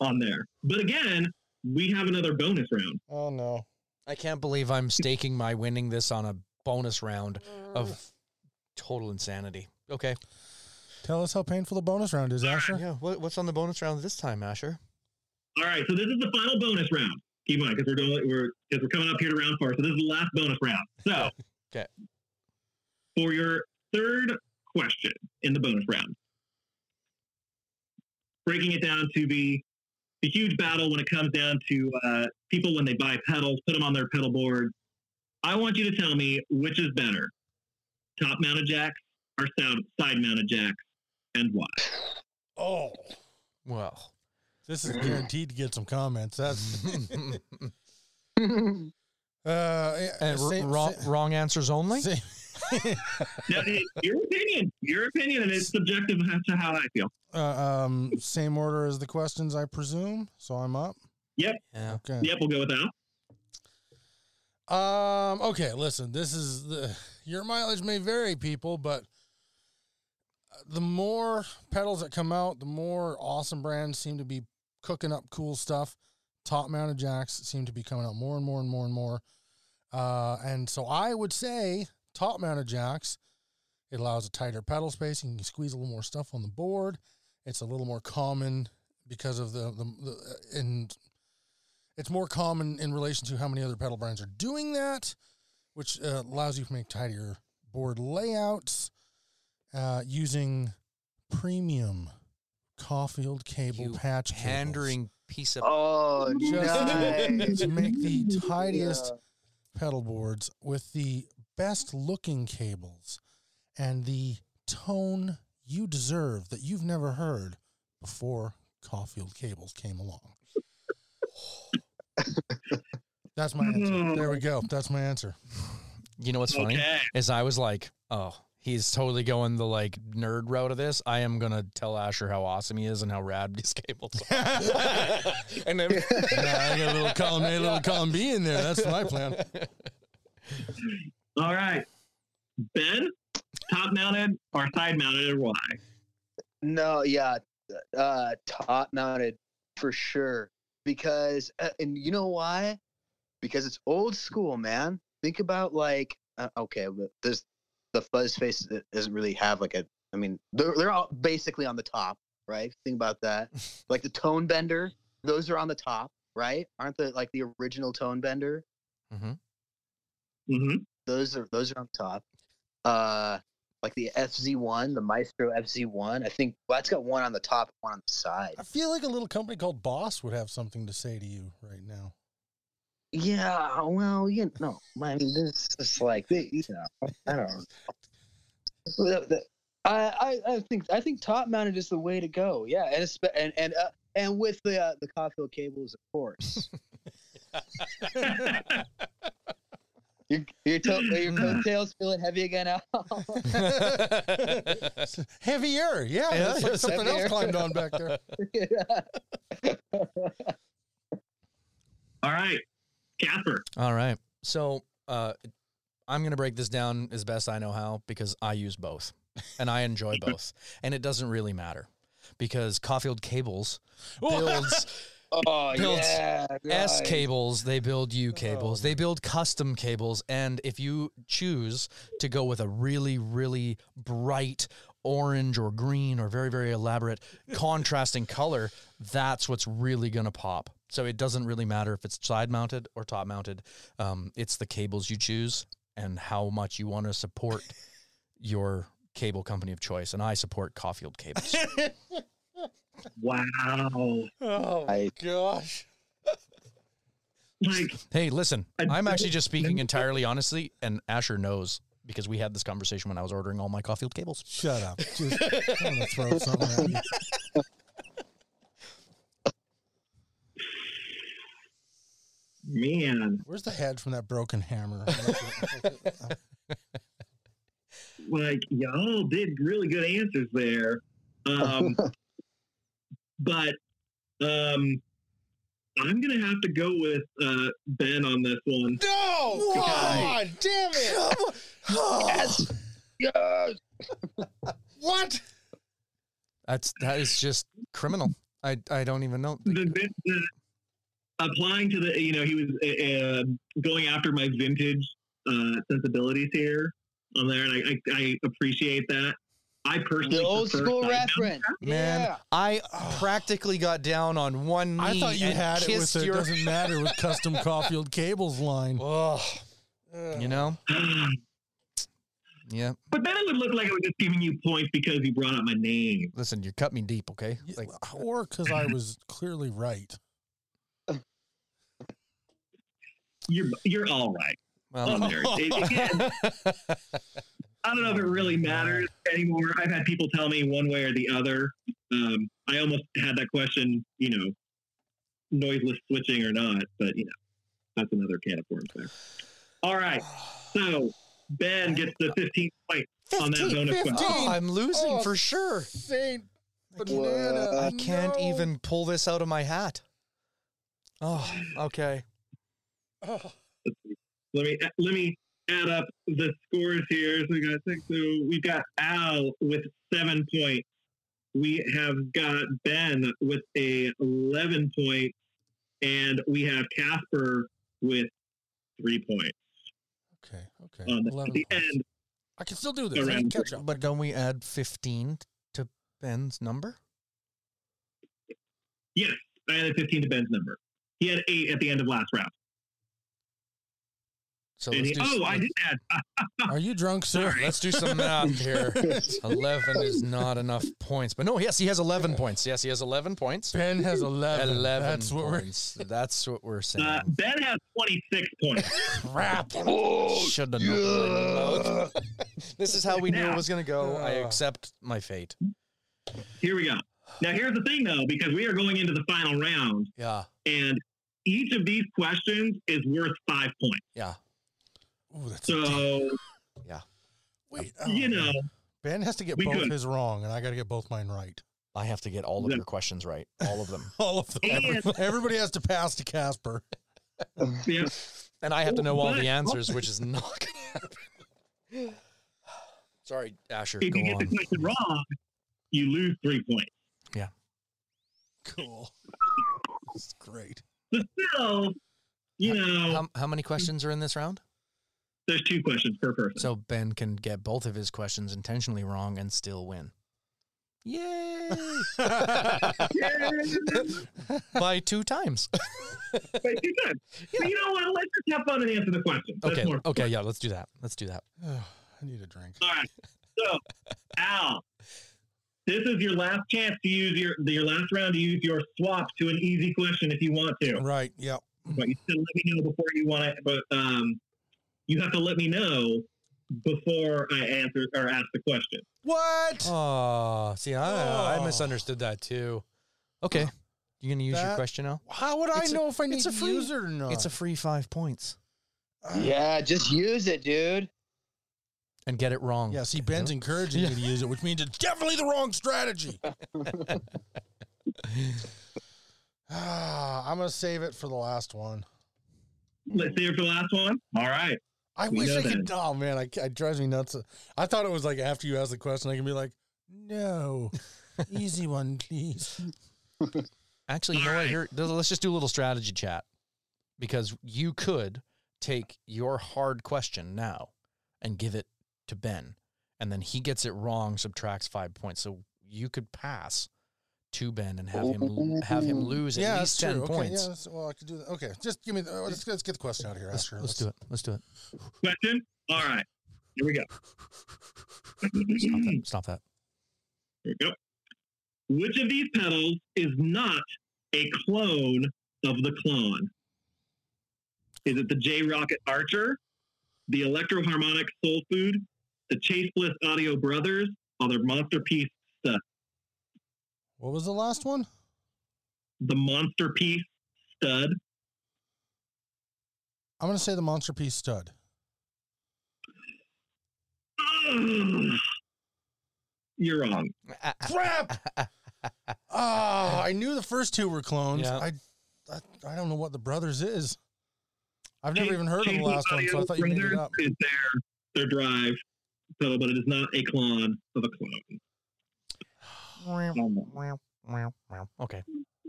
on there. But again, we have another bonus round. Oh no. I can't believe I'm staking my winning this on a bonus round of total insanity. Okay. Tell us how painful the bonus round is, Asher. Yeah, what, what's on the bonus round this time, Asher? All right, so this is the final bonus round. Keep in mind, because we're going, we're because we're coming up here to round four, so this is the last bonus round. So, Okay. for your third question in the bonus round, breaking it down to be the huge battle when it comes down to uh, people when they buy pedals, put them on their pedal board. I want you to tell me which is better, top mounted jacks or sound, side mounted jacks, and why. Oh, Well, this is guaranteed to get some comments. Eh, That's and uh, yeah, r- same- wrong, wrong answers only. same- Now, it- your opinion, your opinion, and it's subjective as to how I feel. uh, um, same order as the questions, I presume. So I'm up. Yeah. Okay. Yep, we'll go with that. Um. Okay. Listen. This is the your mileage may vary, people, but uh, the more pedals that come out, the more awesome brands seem to be cooking up cool stuff. Top mounted jacks seem to be coming out more and more and more and more. Uh, and so I would say top mounted jacks. It allows a tighter pedal space. You can squeeze a little more stuff on the board. It's a little more common because of the, the, the and it's more common in relation to how many other pedal brands are doing that, which uh, allows you to make tighter board layouts uh, using premium Caulfield cable You patch cables Pandering piece of Oh, Just- nice. to make the tidiest Yeah. pedal boards with the best looking cables and the tone you deserve that you've never heard before Caulfield cables came along. That's my answer. There we go. That's my answer. You know what's funny? okay. Is I was like, oh, he's totally going the like nerd route of this. I am gonna tell Asher how awesome he is and how rad these cables are. and then Yeah, I got a little column A, a little column B in there. That's my plan. All right. Ben, top mounted or side mounted and why? No, yeah, uh, top mounted for sure. Because, uh, and you know why? Because it's old school, man. Think about like, uh, okay, but this the fuzz face that doesn't really have like a. I mean, they're they're all basically on the top, right? Think about that. like the tone bender, those are on the top, right? Aren't the like the original tone bender? Mm-hmm. those are those are on top. Uh, like the FZ1, the Maestro FZ1. I think well, it's got one on the top, one on the side. I feel like a little company called Boss would have something to say to you right now. Yeah, well, you know, I mean, this is like they, you know, I don't. know. The- the- I, I I think I think top mounted is the way to go. Yeah, and it's, and and uh, and with the uh, the Caulfield cables, of course. Your your, to- your coattails feeling heavy again, Al. Heavier, yeah. Yeah, that's like it's something heavier. else climbed on back there. All right. Casper. All right. So uh, I'm going to break this down as best I know how because I use both and I enjoy both. And it doesn't really matter because Caulfield Cables builds oh Builds yeah, S nice. cables, they build U cables, they build custom cables. And if you choose to go with a really, really bright orange or green or very, very elaborate contrasting color, that's what's really going to pop. So it doesn't really matter if it's side mounted or top mounted. Um, it's the cables you choose and how much you want to support your cable company of choice. And I support Caulfield cables. Wow. Oh I- gosh. Like, Hey, listen, I I'm did actually just speaking entirely honestly, and Asher knows because we had this conversation when I was ordering all my Caulfield cables. Shut up. Just, Oh, I'm gonna throw something at you. man. Where's the head from that broken hammer? Like, y'all did really good answers there. Um, but um, I'm going to have to go with uh, Ben on this one. no! God Why? damn it! Yes, yes. What? That's that is just criminal. I I don't even know. The, vin- the, applying to the, you know, he was uh, uh, going after my vintage uh, sensibilities here on there, and I, I, I appreciate that. I personally the old prefer school side reference. Man, yeah. I practically got down on one knee. I thought you and had it with kissed the your. doesn't matter with custom Caulfield cables line. Ugh. you know, mount. yeah. But then it would look like I was just giving you points because you brought up my name. Listen, you cut me deep, okay? Yeah, Like, uh, or because I was clearly right. You're you're all right. well, on there. It- again, I don't know if it really matters anymore. I've had people tell me one way or the other. Um, I almost had that question, you know, noiseless switching or not, but you know, that's another can of worms there. All right, so Ben gets the 15th point on that bonus question. oh, I'm losing Oh, for sure. Saint uh, Banana. I can't no. even pull this out of my hat. Oh, okay. Oh, Let me let me add up the scores here. So we got six. So we've got Al with seven points. We have got Ben with a eleven point, and we have Casper with three points. Okay. Okay. On the, 11 at the points. end, I can still do this. I Around- can catch up. But don't we add 15 to Ben's number? yes, I added fifteen to Ben's number. He had eight at the end of last round. So and let's he, do, oh, I let's- did add. Are you drunk, sir? Sorry. Let's do some math here. 11 is not enough points. But no, yes, he has 11 points. Yes, he has 11 points. Ben has 11. 11 That's what we're. points. That's what we're saying. Uh, ben has twenty six points. Crap. Should have known. this is how we knew it was going to go. I Yeah. accept my fate. Here we go. Now, here's the thing, though, because we are going into the final round, Yeah. and each of these questions is worth five points. Yeah. Ooh, that's a deep- So, Wait, you oh, know, man. Ben has to get we both could. his wrong, and I got to get both mine right. I have to get all of Yeah. your questions right. All of them. All of them. And- Everybody has to pass to Casper. yeah, And I have to know all But- the answers, which is not going to happen. Sorry, Asher. if go you get on. the question wrong, you lose three points. Cool. It's great. But still, you know, How, how many questions are in this round? there's two questions per person. So Ben can get both of his questions intentionally wrong and still win. Yay! yeah, By two times. but you could. But you know what? Let's just have fun and answer the question. That's Okay. more fun. Okay. Yeah. Let's do that. Let's do that. I need a drink. All right. So, Al, this is your last chance to use your your last round to use your swap to an easy question if you want to. Right. Yep. But you still let me know before you want to. But um, you have to let me know before I answer or ask the question. What? Oh, see, I, Oh. I misunderstood that too. Okay. You gonna use your That- question now? How would I It's a- know if I need it's to a free- use it or not? It's a free five points yeah, just use it, dude. and get it wrong. Yeah, see, Ben's encouraging you to use it, which means it's definitely the wrong strategy. Ah, I'm going to save it for the last one. Let's see for the last one. All right. I We wish know I could. that. Oh, man, I, it drives me nuts. I thought it was like after you ask the question, I can be like, no, easy one, please. Actually, you know what? Here, let's just do a little strategy chat because you could take your hard question now and give it to Ben, and then he gets it wrong, subtracts five points. So you could pass to Ben and have him have him lose at yeah, least that's ten true. Okay, yeah, points. that's- well, I could do that. Okay, just give me. The, oh, let's, let's get the question out of here. Let's, Asher. let's do it. Let's do it. Question. All right. Here we go. Stop that. Stop that. Here we go. Which of these petals is not a clone of the clone? Is it the J Rocket Archer, the Electro Harmonic Soul Food, the Chase Bliss Audio Brothers, or the Monster Piece, What was the last one? the Monster Piece Stud? I'm going to say the Monster Piece stud. Ugh. You're wrong. Crap! Ah, I knew the first two were clones. Yeah. I, I, I don't know what the brothers is. I've never Chase- even heard of Chase the last one, so I Audio thought you made it Brothers up. Is their, their drive pedal, but it is not a clone of a clone. Okay.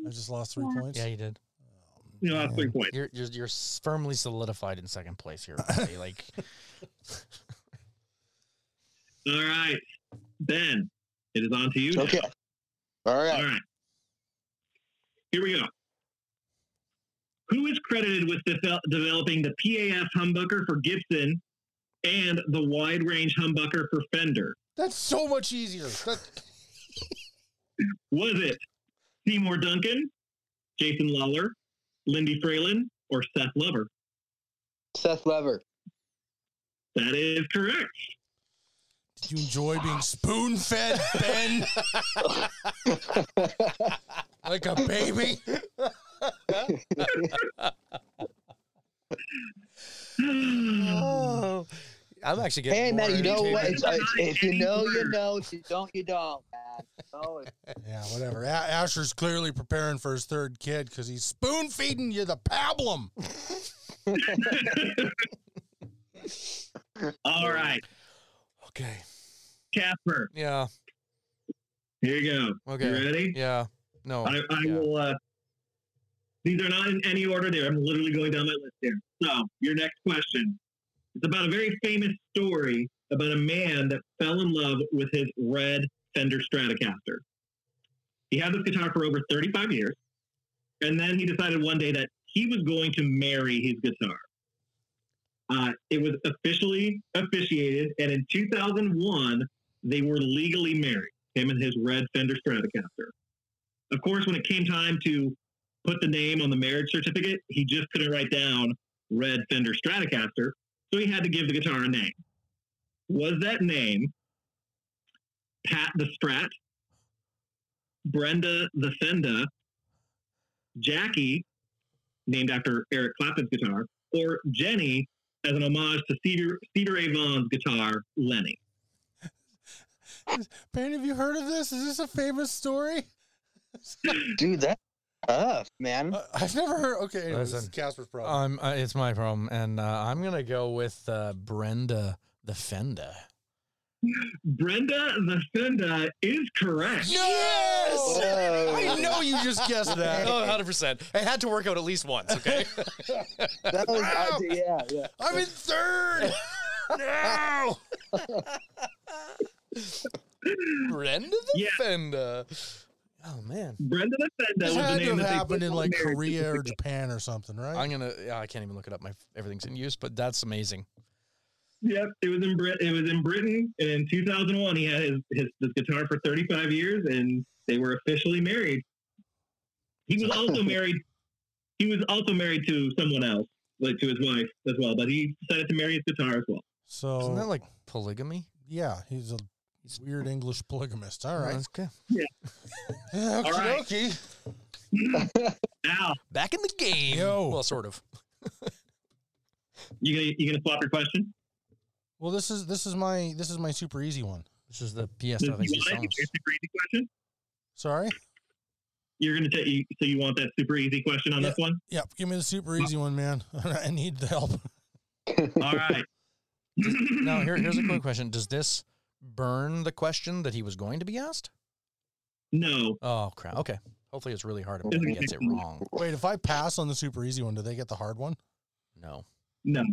I just lost three points. Yeah, you did. Oh, You know, that's three man. points. You're you're, you're firmly solidified in second place here. buddy. Like, All right. Ben, it is on to you. now. Okay. All All right. right. Here we go. Who is credited with devel- developing the PAF humbucker for Gibson and the wide range humbucker for Fender? That's so much easier. That, Was it Seymour Duncan, Jason Lawler, Lindy Fralin, or Seth Lover? Seth Lever. That is correct. did you enjoy being spoon fed, Ben, like a baby? oh, I'm actually getting. hey, man, more you know what? entertainment. It's, uh, it's, if you know, you know. If you don't, you don't, man. So it's Yeah, whatever. A- Asher's clearly preparing for his third kid because he's spoon feeding you the pablum. All right, Okay. Casper, Yeah. here you go. You Okay. ready? Yeah. No. I, I yeah. will. Uh, these are not in any order there. I'm literally going down my list here. So, your next question. It's about a very famous story about a man that fell in love with his red Fender Stratocaster. He had this guitar for over 35 years, and then he decided one day that he was going to marry his guitar. Uh, it was officially officiated, and in 2001, they were legally married, him and his red Fender Stratocaster of course, when it came time to put the name on the marriage certificate, he just couldn't write down Red Fender Stratocaster, so he had to give the guitar a name. Was that name Pat the Strat, Brenda the Fenda, Jackie, named after Eric Clapton's guitar, or Jenny as an homage to Cedar, Cedar A. Vaughan's guitar, Lenny? Barry, have you heard of this? Is this a famous story? Dude, that's tough, man. Uh, I've never heard. Okay, anyway, this is Hmm? Listen. Casper's problem. I'm, uh, it's my problem, and uh, I'm gonna go with uh, Brenda the Fender. Brenda the Fenda is correct. Oh, Yes! Whoa. I know you just guessed that. Oh, 100%. It had to work out at least once, okay? That was, I, yeah, yeah. I'm in third. no! Brenda the Yeah. Fender. Oh, man. Brenda the Fenda This was the had to name have that they happened put in on like the marriage Korea or certificate. Japan or something, right? I'm gonna. Yeah, I can't even look it up. My everything's in use, but that's amazing. Yep, it was in Brit. It was in Britain, and in 2001, he had his, his, his guitar for 35 years, and they were officially married. He was also married. He was also married to someone else, like to his wife as well. But he decided to marry his guitar as well. so Isn't that like polygamy? yeah, he's a weird English polygamist. All right. Okay. All right. Now Back in the game. Yo. Well, sort of. you gonna you gonna swap your question? Well, this is this is my this is my super easy one. This is the PS. You I think want it? these songs. Your super easy question. Sorry. You're gonna take you, so you want that super easy question on Yeah. this one? Yep. Give me the super easy one, man. I need the help. All right. Now, here, here's a quick question. Does this burn the question that he was going to be asked? No, Oh, crap. Okay. Hopefully, it's really hard if Ben gets it wrong. Wait, if I pass on the super easy one, do they get the hard one? No. no.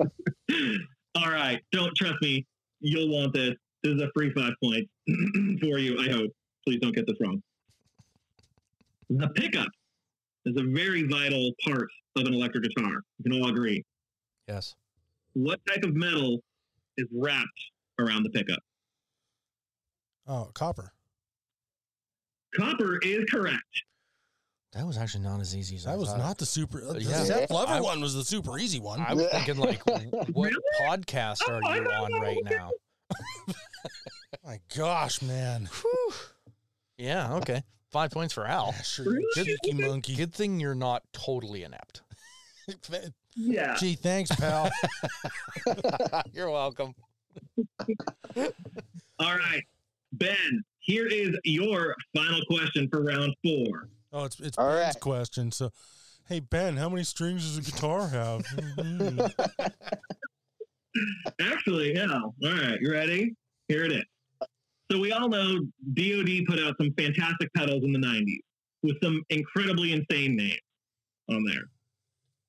All right. Don't trust me. You'll want this. This is a free five point for you, I hope. Please don't get this wrong. The pickup is a very vital part of an electric guitar. You can all agree. yes. What type of metal is wrapped around the pickup? Oh, copper. Copper is correct. That was actually not as easy as I That was thought. not the super. uh, The Yeah. Zeph Lover I- one was the super easy one. I was thinking, like, what Really? podcast Oh, are I you thought on that right was- now? My gosh, man. Yeah. Okay. Five points for Al. Sure, you Really? cheeky monkey. Good thing you're not totally inept. Yeah. Gee, thanks, pal. you're welcome. All right. Ben, here is your final question for round four. Oh, it's it's All Ben's right. question. So, hey Ben, how many strings does a guitar have? Mhm. Actually, yeah. All right, you ready? Here it is. So we all know DoD put out some fantastic pedals in the '90s with some incredibly insane names on there.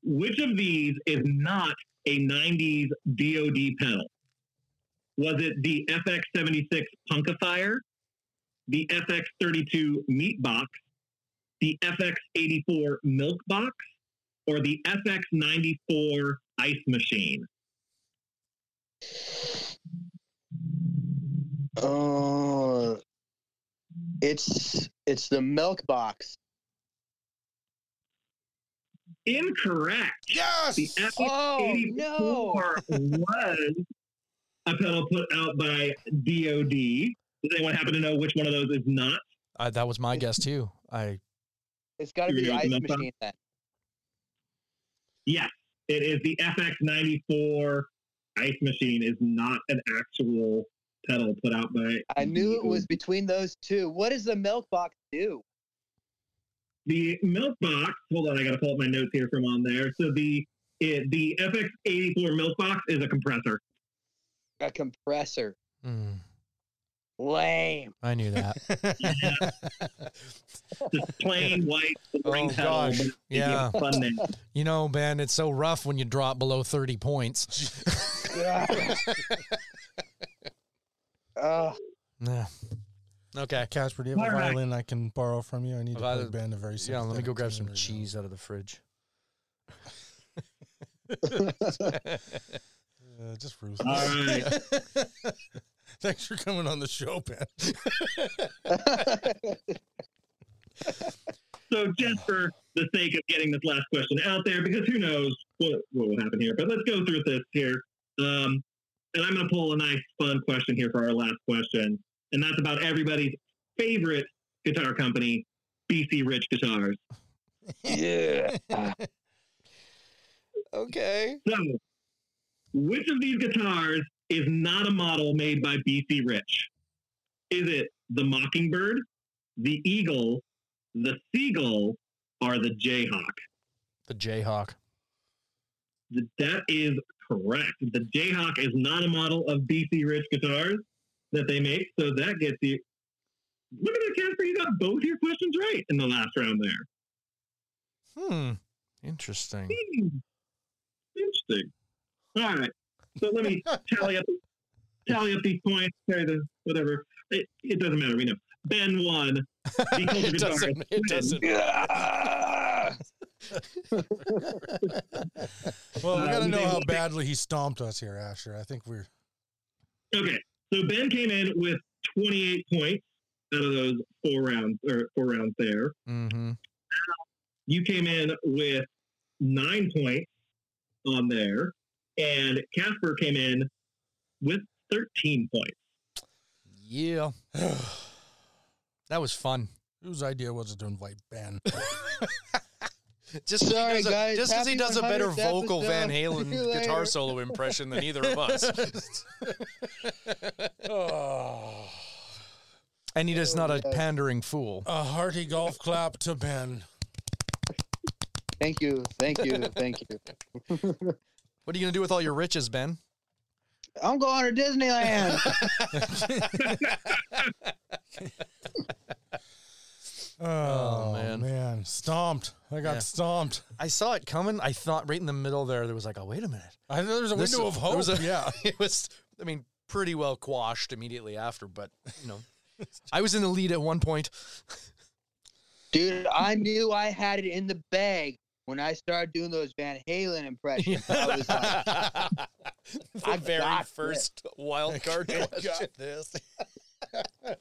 Which of these is not a '90s DoD pedal? Was it the FX76 Punkifier, the FX32 Meat Box, the FX84 Milk Box, or the FX94 Ice Machine? Oh, it's it's the milk box. Incorrect. yes. The FX Oh 84 was a pedal put out by DOD. Does anyone happen to know which one of those is not? I, that was my guess too. I It's got to be the You're ice gonna- machine then. Yes, it is the FX94 Ice Machine is not an actual pedal put out by I knew it was DoD. between those two. What does the milk box do? The milk box. Hold on, I got to pull up my notes here from on there. So the it, the FX84 milk box is a compressor. A compressor. Mm, Lame. I knew that. Just plain white boring Oh, pedal, gosh. but it's Yeah. a Fun name. You know, Ben, it's so rough when you drop below 30 points. Ugh. Nah. Okay. Casper, do you have a All right. violin I can borrow from you? I need to Well, play that- band a very Yeah, let me go sympathetic grab some tune right now. cheese out of the fridge. Uh, just ruthless. All right. Thanks for coming on the show, Ben. So just for the sake of getting this last question out there, because who knows what, what will happen here, but let's go through this here. Um, and I'm going to pull a nice, fun question here for our last question, and that's about everybody's favorite guitar company, BC Rich Guitars. yeah. Okay. So, which of these guitars is not a model made by BC Rich? Is it the Mockingbird, the Eagle, the Seagull, or the Jayhawk? The Jayhawk. Th- That is correct. The Jayhawk is not a model of BC Rich guitars that they make, so that gets you. Look at that, Casper. You got both your questions right in the last round there. Hmm. Interesting. Hmm. Interesting. All right. So let me tally up tally up these points, carry the whatever. It, it doesn't matter. We know. Ben won. The Culture it Guitars doesn't. It win. doesn't. Well, we Uh, got to we know may- how badly he stomped us here, Asher. I think we're Okay. So Ben came in with 28 points out of those four rounds or four rounds there. Mm-hmm. you came in with nine points on there, and Casper came in with 13 points. Yeah. That was fun. whose idea was it to invite Ben? Just 'cause he Sorry, does a- guys. Just because he Happy does a better 100th vocal Van episode. Halen See you guitar later. solo impression than either of us. oh, and he is not a Oh, yeah. pandering fool. a hearty golf clap to Ben. Thank you. Thank you. Thank you. What are you going to do with all your riches, Ben? I'm going to Disneyland. Oh, man. man. stomped! I got Yeah. stomped. I saw it coming. I thought right in the middle there, there was like, oh, wait a minute. I know there's a This- window of there hope. was a- yeah, it was i mean pretty well quashed immediately after but you know i was in the lead at one point Dude, I knew I had it in the bag when I started doing those Van Halen impressions. I was like, the I very got first wild card I question. got this.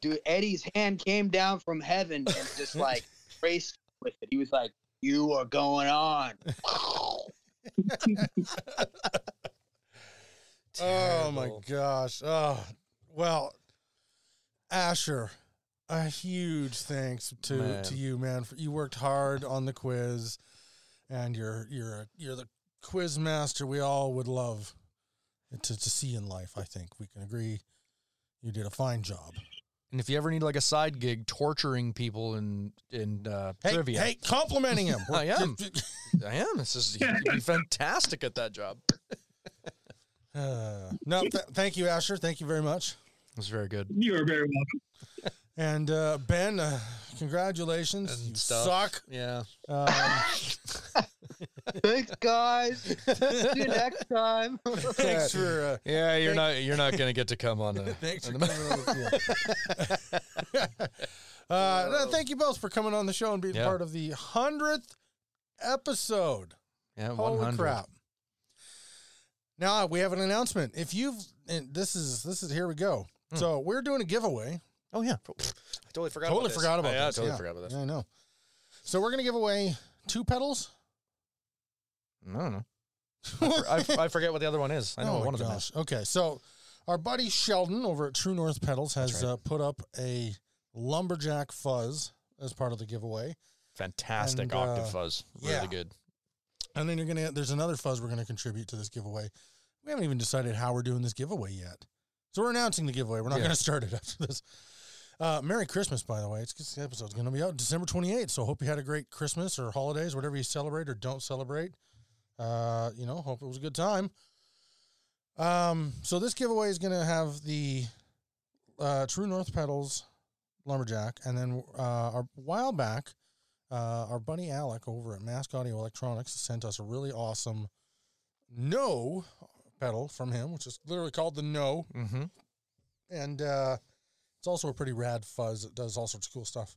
dude, Eddie's hand came down from heaven and just like raced with it. He was like, "You are going on." Oh my Terrible. gosh. Oh, well, Asher, a huge thanks to Man. to you, man. For, you worked hard on the quiz, and you're you're a, you're the quiz master we all would love to to see in life. I think we can agree. You did a fine job. and if you ever need like a side gig torturing people in in uh, Hey, trivia hey, complimenting him. I am. i am this is you'd be fantastic at that job Uh, no, th- thank you, Asher. Thank you very much. it's very good You are very welcome. And uh, Ben, uh, congratulations. And you stuff. yeah suck. Um, Thanks, guys. See you next time. thanks for. Uh, yeah you're not you're not gonna get to come on the Thanks on for the- coming on the show. uh, no, thank you both for coming on the show and being Yeah. part of the hundredth episode. yeah Holy 100 crap! Now we have an announcement. If you've and this is this is here we go. Hmm. So we're doing a giveaway. oh yeah i totally forgot Totally about this. forgot about yeah, I this, totally yeah. forgot about this I know. So we're gonna give away two pedals. i don't know I, I forget what the other one is. I know Oh what my one of them is. gosh. Okay, so our buddy Sheldon over at True North Pedals That's has right. uh, put up a lumberjack fuzz as part of the giveaway. Fantastic And, uh, octave fuzz. Really yeah. good. And then you're gonna there's another fuzz we're gonna contribute to this giveaway. We haven't even decided how we're doing this giveaway yet. So we're announcing the giveaway. We're not Yeah. gonna start it after this. Uh, Merry Christmas, by the way. It's this episode's going to be out December 28th. So hope you had a great Christmas or holidays, whatever you celebrate or don't celebrate. Uh, you know, hope it was a good time. Um, so this giveaway is going to have the uh, True North pedals lumberjack, and then uh, our, a while back, uh, our buddy Alec over at Mask Audio Electronics sent us a really awesome no pedal from him, which is literally called the No Mm-hmm. and uh, it's also a pretty rad fuzz that does all sorts of cool stuff.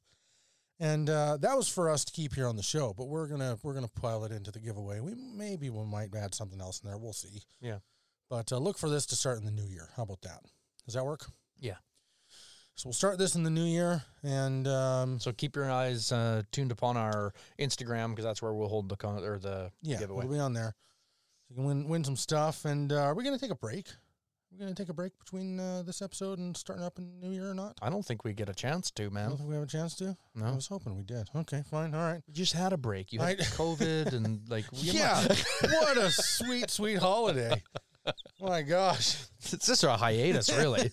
And uh, that was for us to keep here on the show, but we're gonna we're gonna pile it into the giveaway. We maybe we might add something else in there. We'll see. Yeah. But uh, look for this to start in the new year. How about that? Does that work? Yeah. So we'll start this in the new year, and um, So keep your eyes uh, tuned upon our Instagram because that's where we'll hold the con- or the yeah, giveaway. we'll be on there. You can win win some stuff. And uh, are we gonna take a break? We're gonna take a break between uh, this episode and starting up in the new year or not? I don't think we get a chance to, I don't man. think we have a chance to. I No, was hoping we did. Okay, fine. All right. you just had a break. You had I- COVID and like you Yeah. might- what a sweet, sweet holiday. My gosh. it's just a hiatus, really.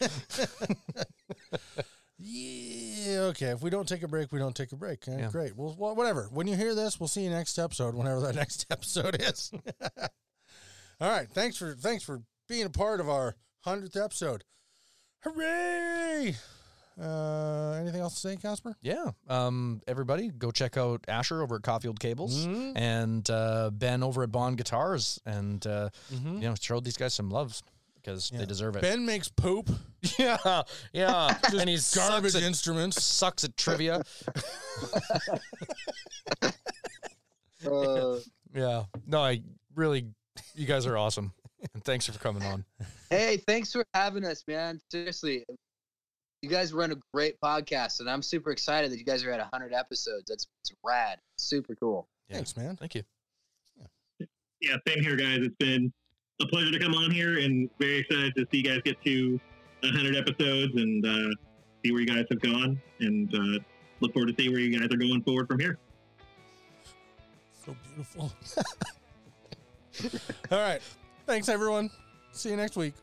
Yeah. Okay. If we don't take a break, we don't take a break. Eh, Yeah. Great. Well, wha- whatever. When you hear this, we'll see you next episode, whenever that next episode is. All right. Thanks for thanks for being a part of our hundredth episode. Hooray! Uh, anything else to say, Casper? yeah. Um. Everybody, go check out Asher over at Caulfield Cables. Mhm. And uh, Ben over at Bond Guitars, and uh, Mhm. you know, showed these guys some love because Yeah. they deserve it. Ben makes poop, yeah, yeah, and he's garbage garbage. Sucks at, instruments. sucks at trivia. Uh, Yeah. No, I really, you guys are awesome. And thanks for coming on. hey, thanks for having us, man. Seriously, you guys run a great podcast, and I'm super excited that you guys are at 100 episodes. That's it's rad. Super cool. Yeah. Thanks, man. Thank you. yeah, same here, guys. It's been a pleasure to come on here, and very excited to see you guys get to 100 episodes and uh, see where you guys have gone, and uh, look forward to see where you guys are going forward from here. So beautiful. All right. Thanks, everyone. See you next week.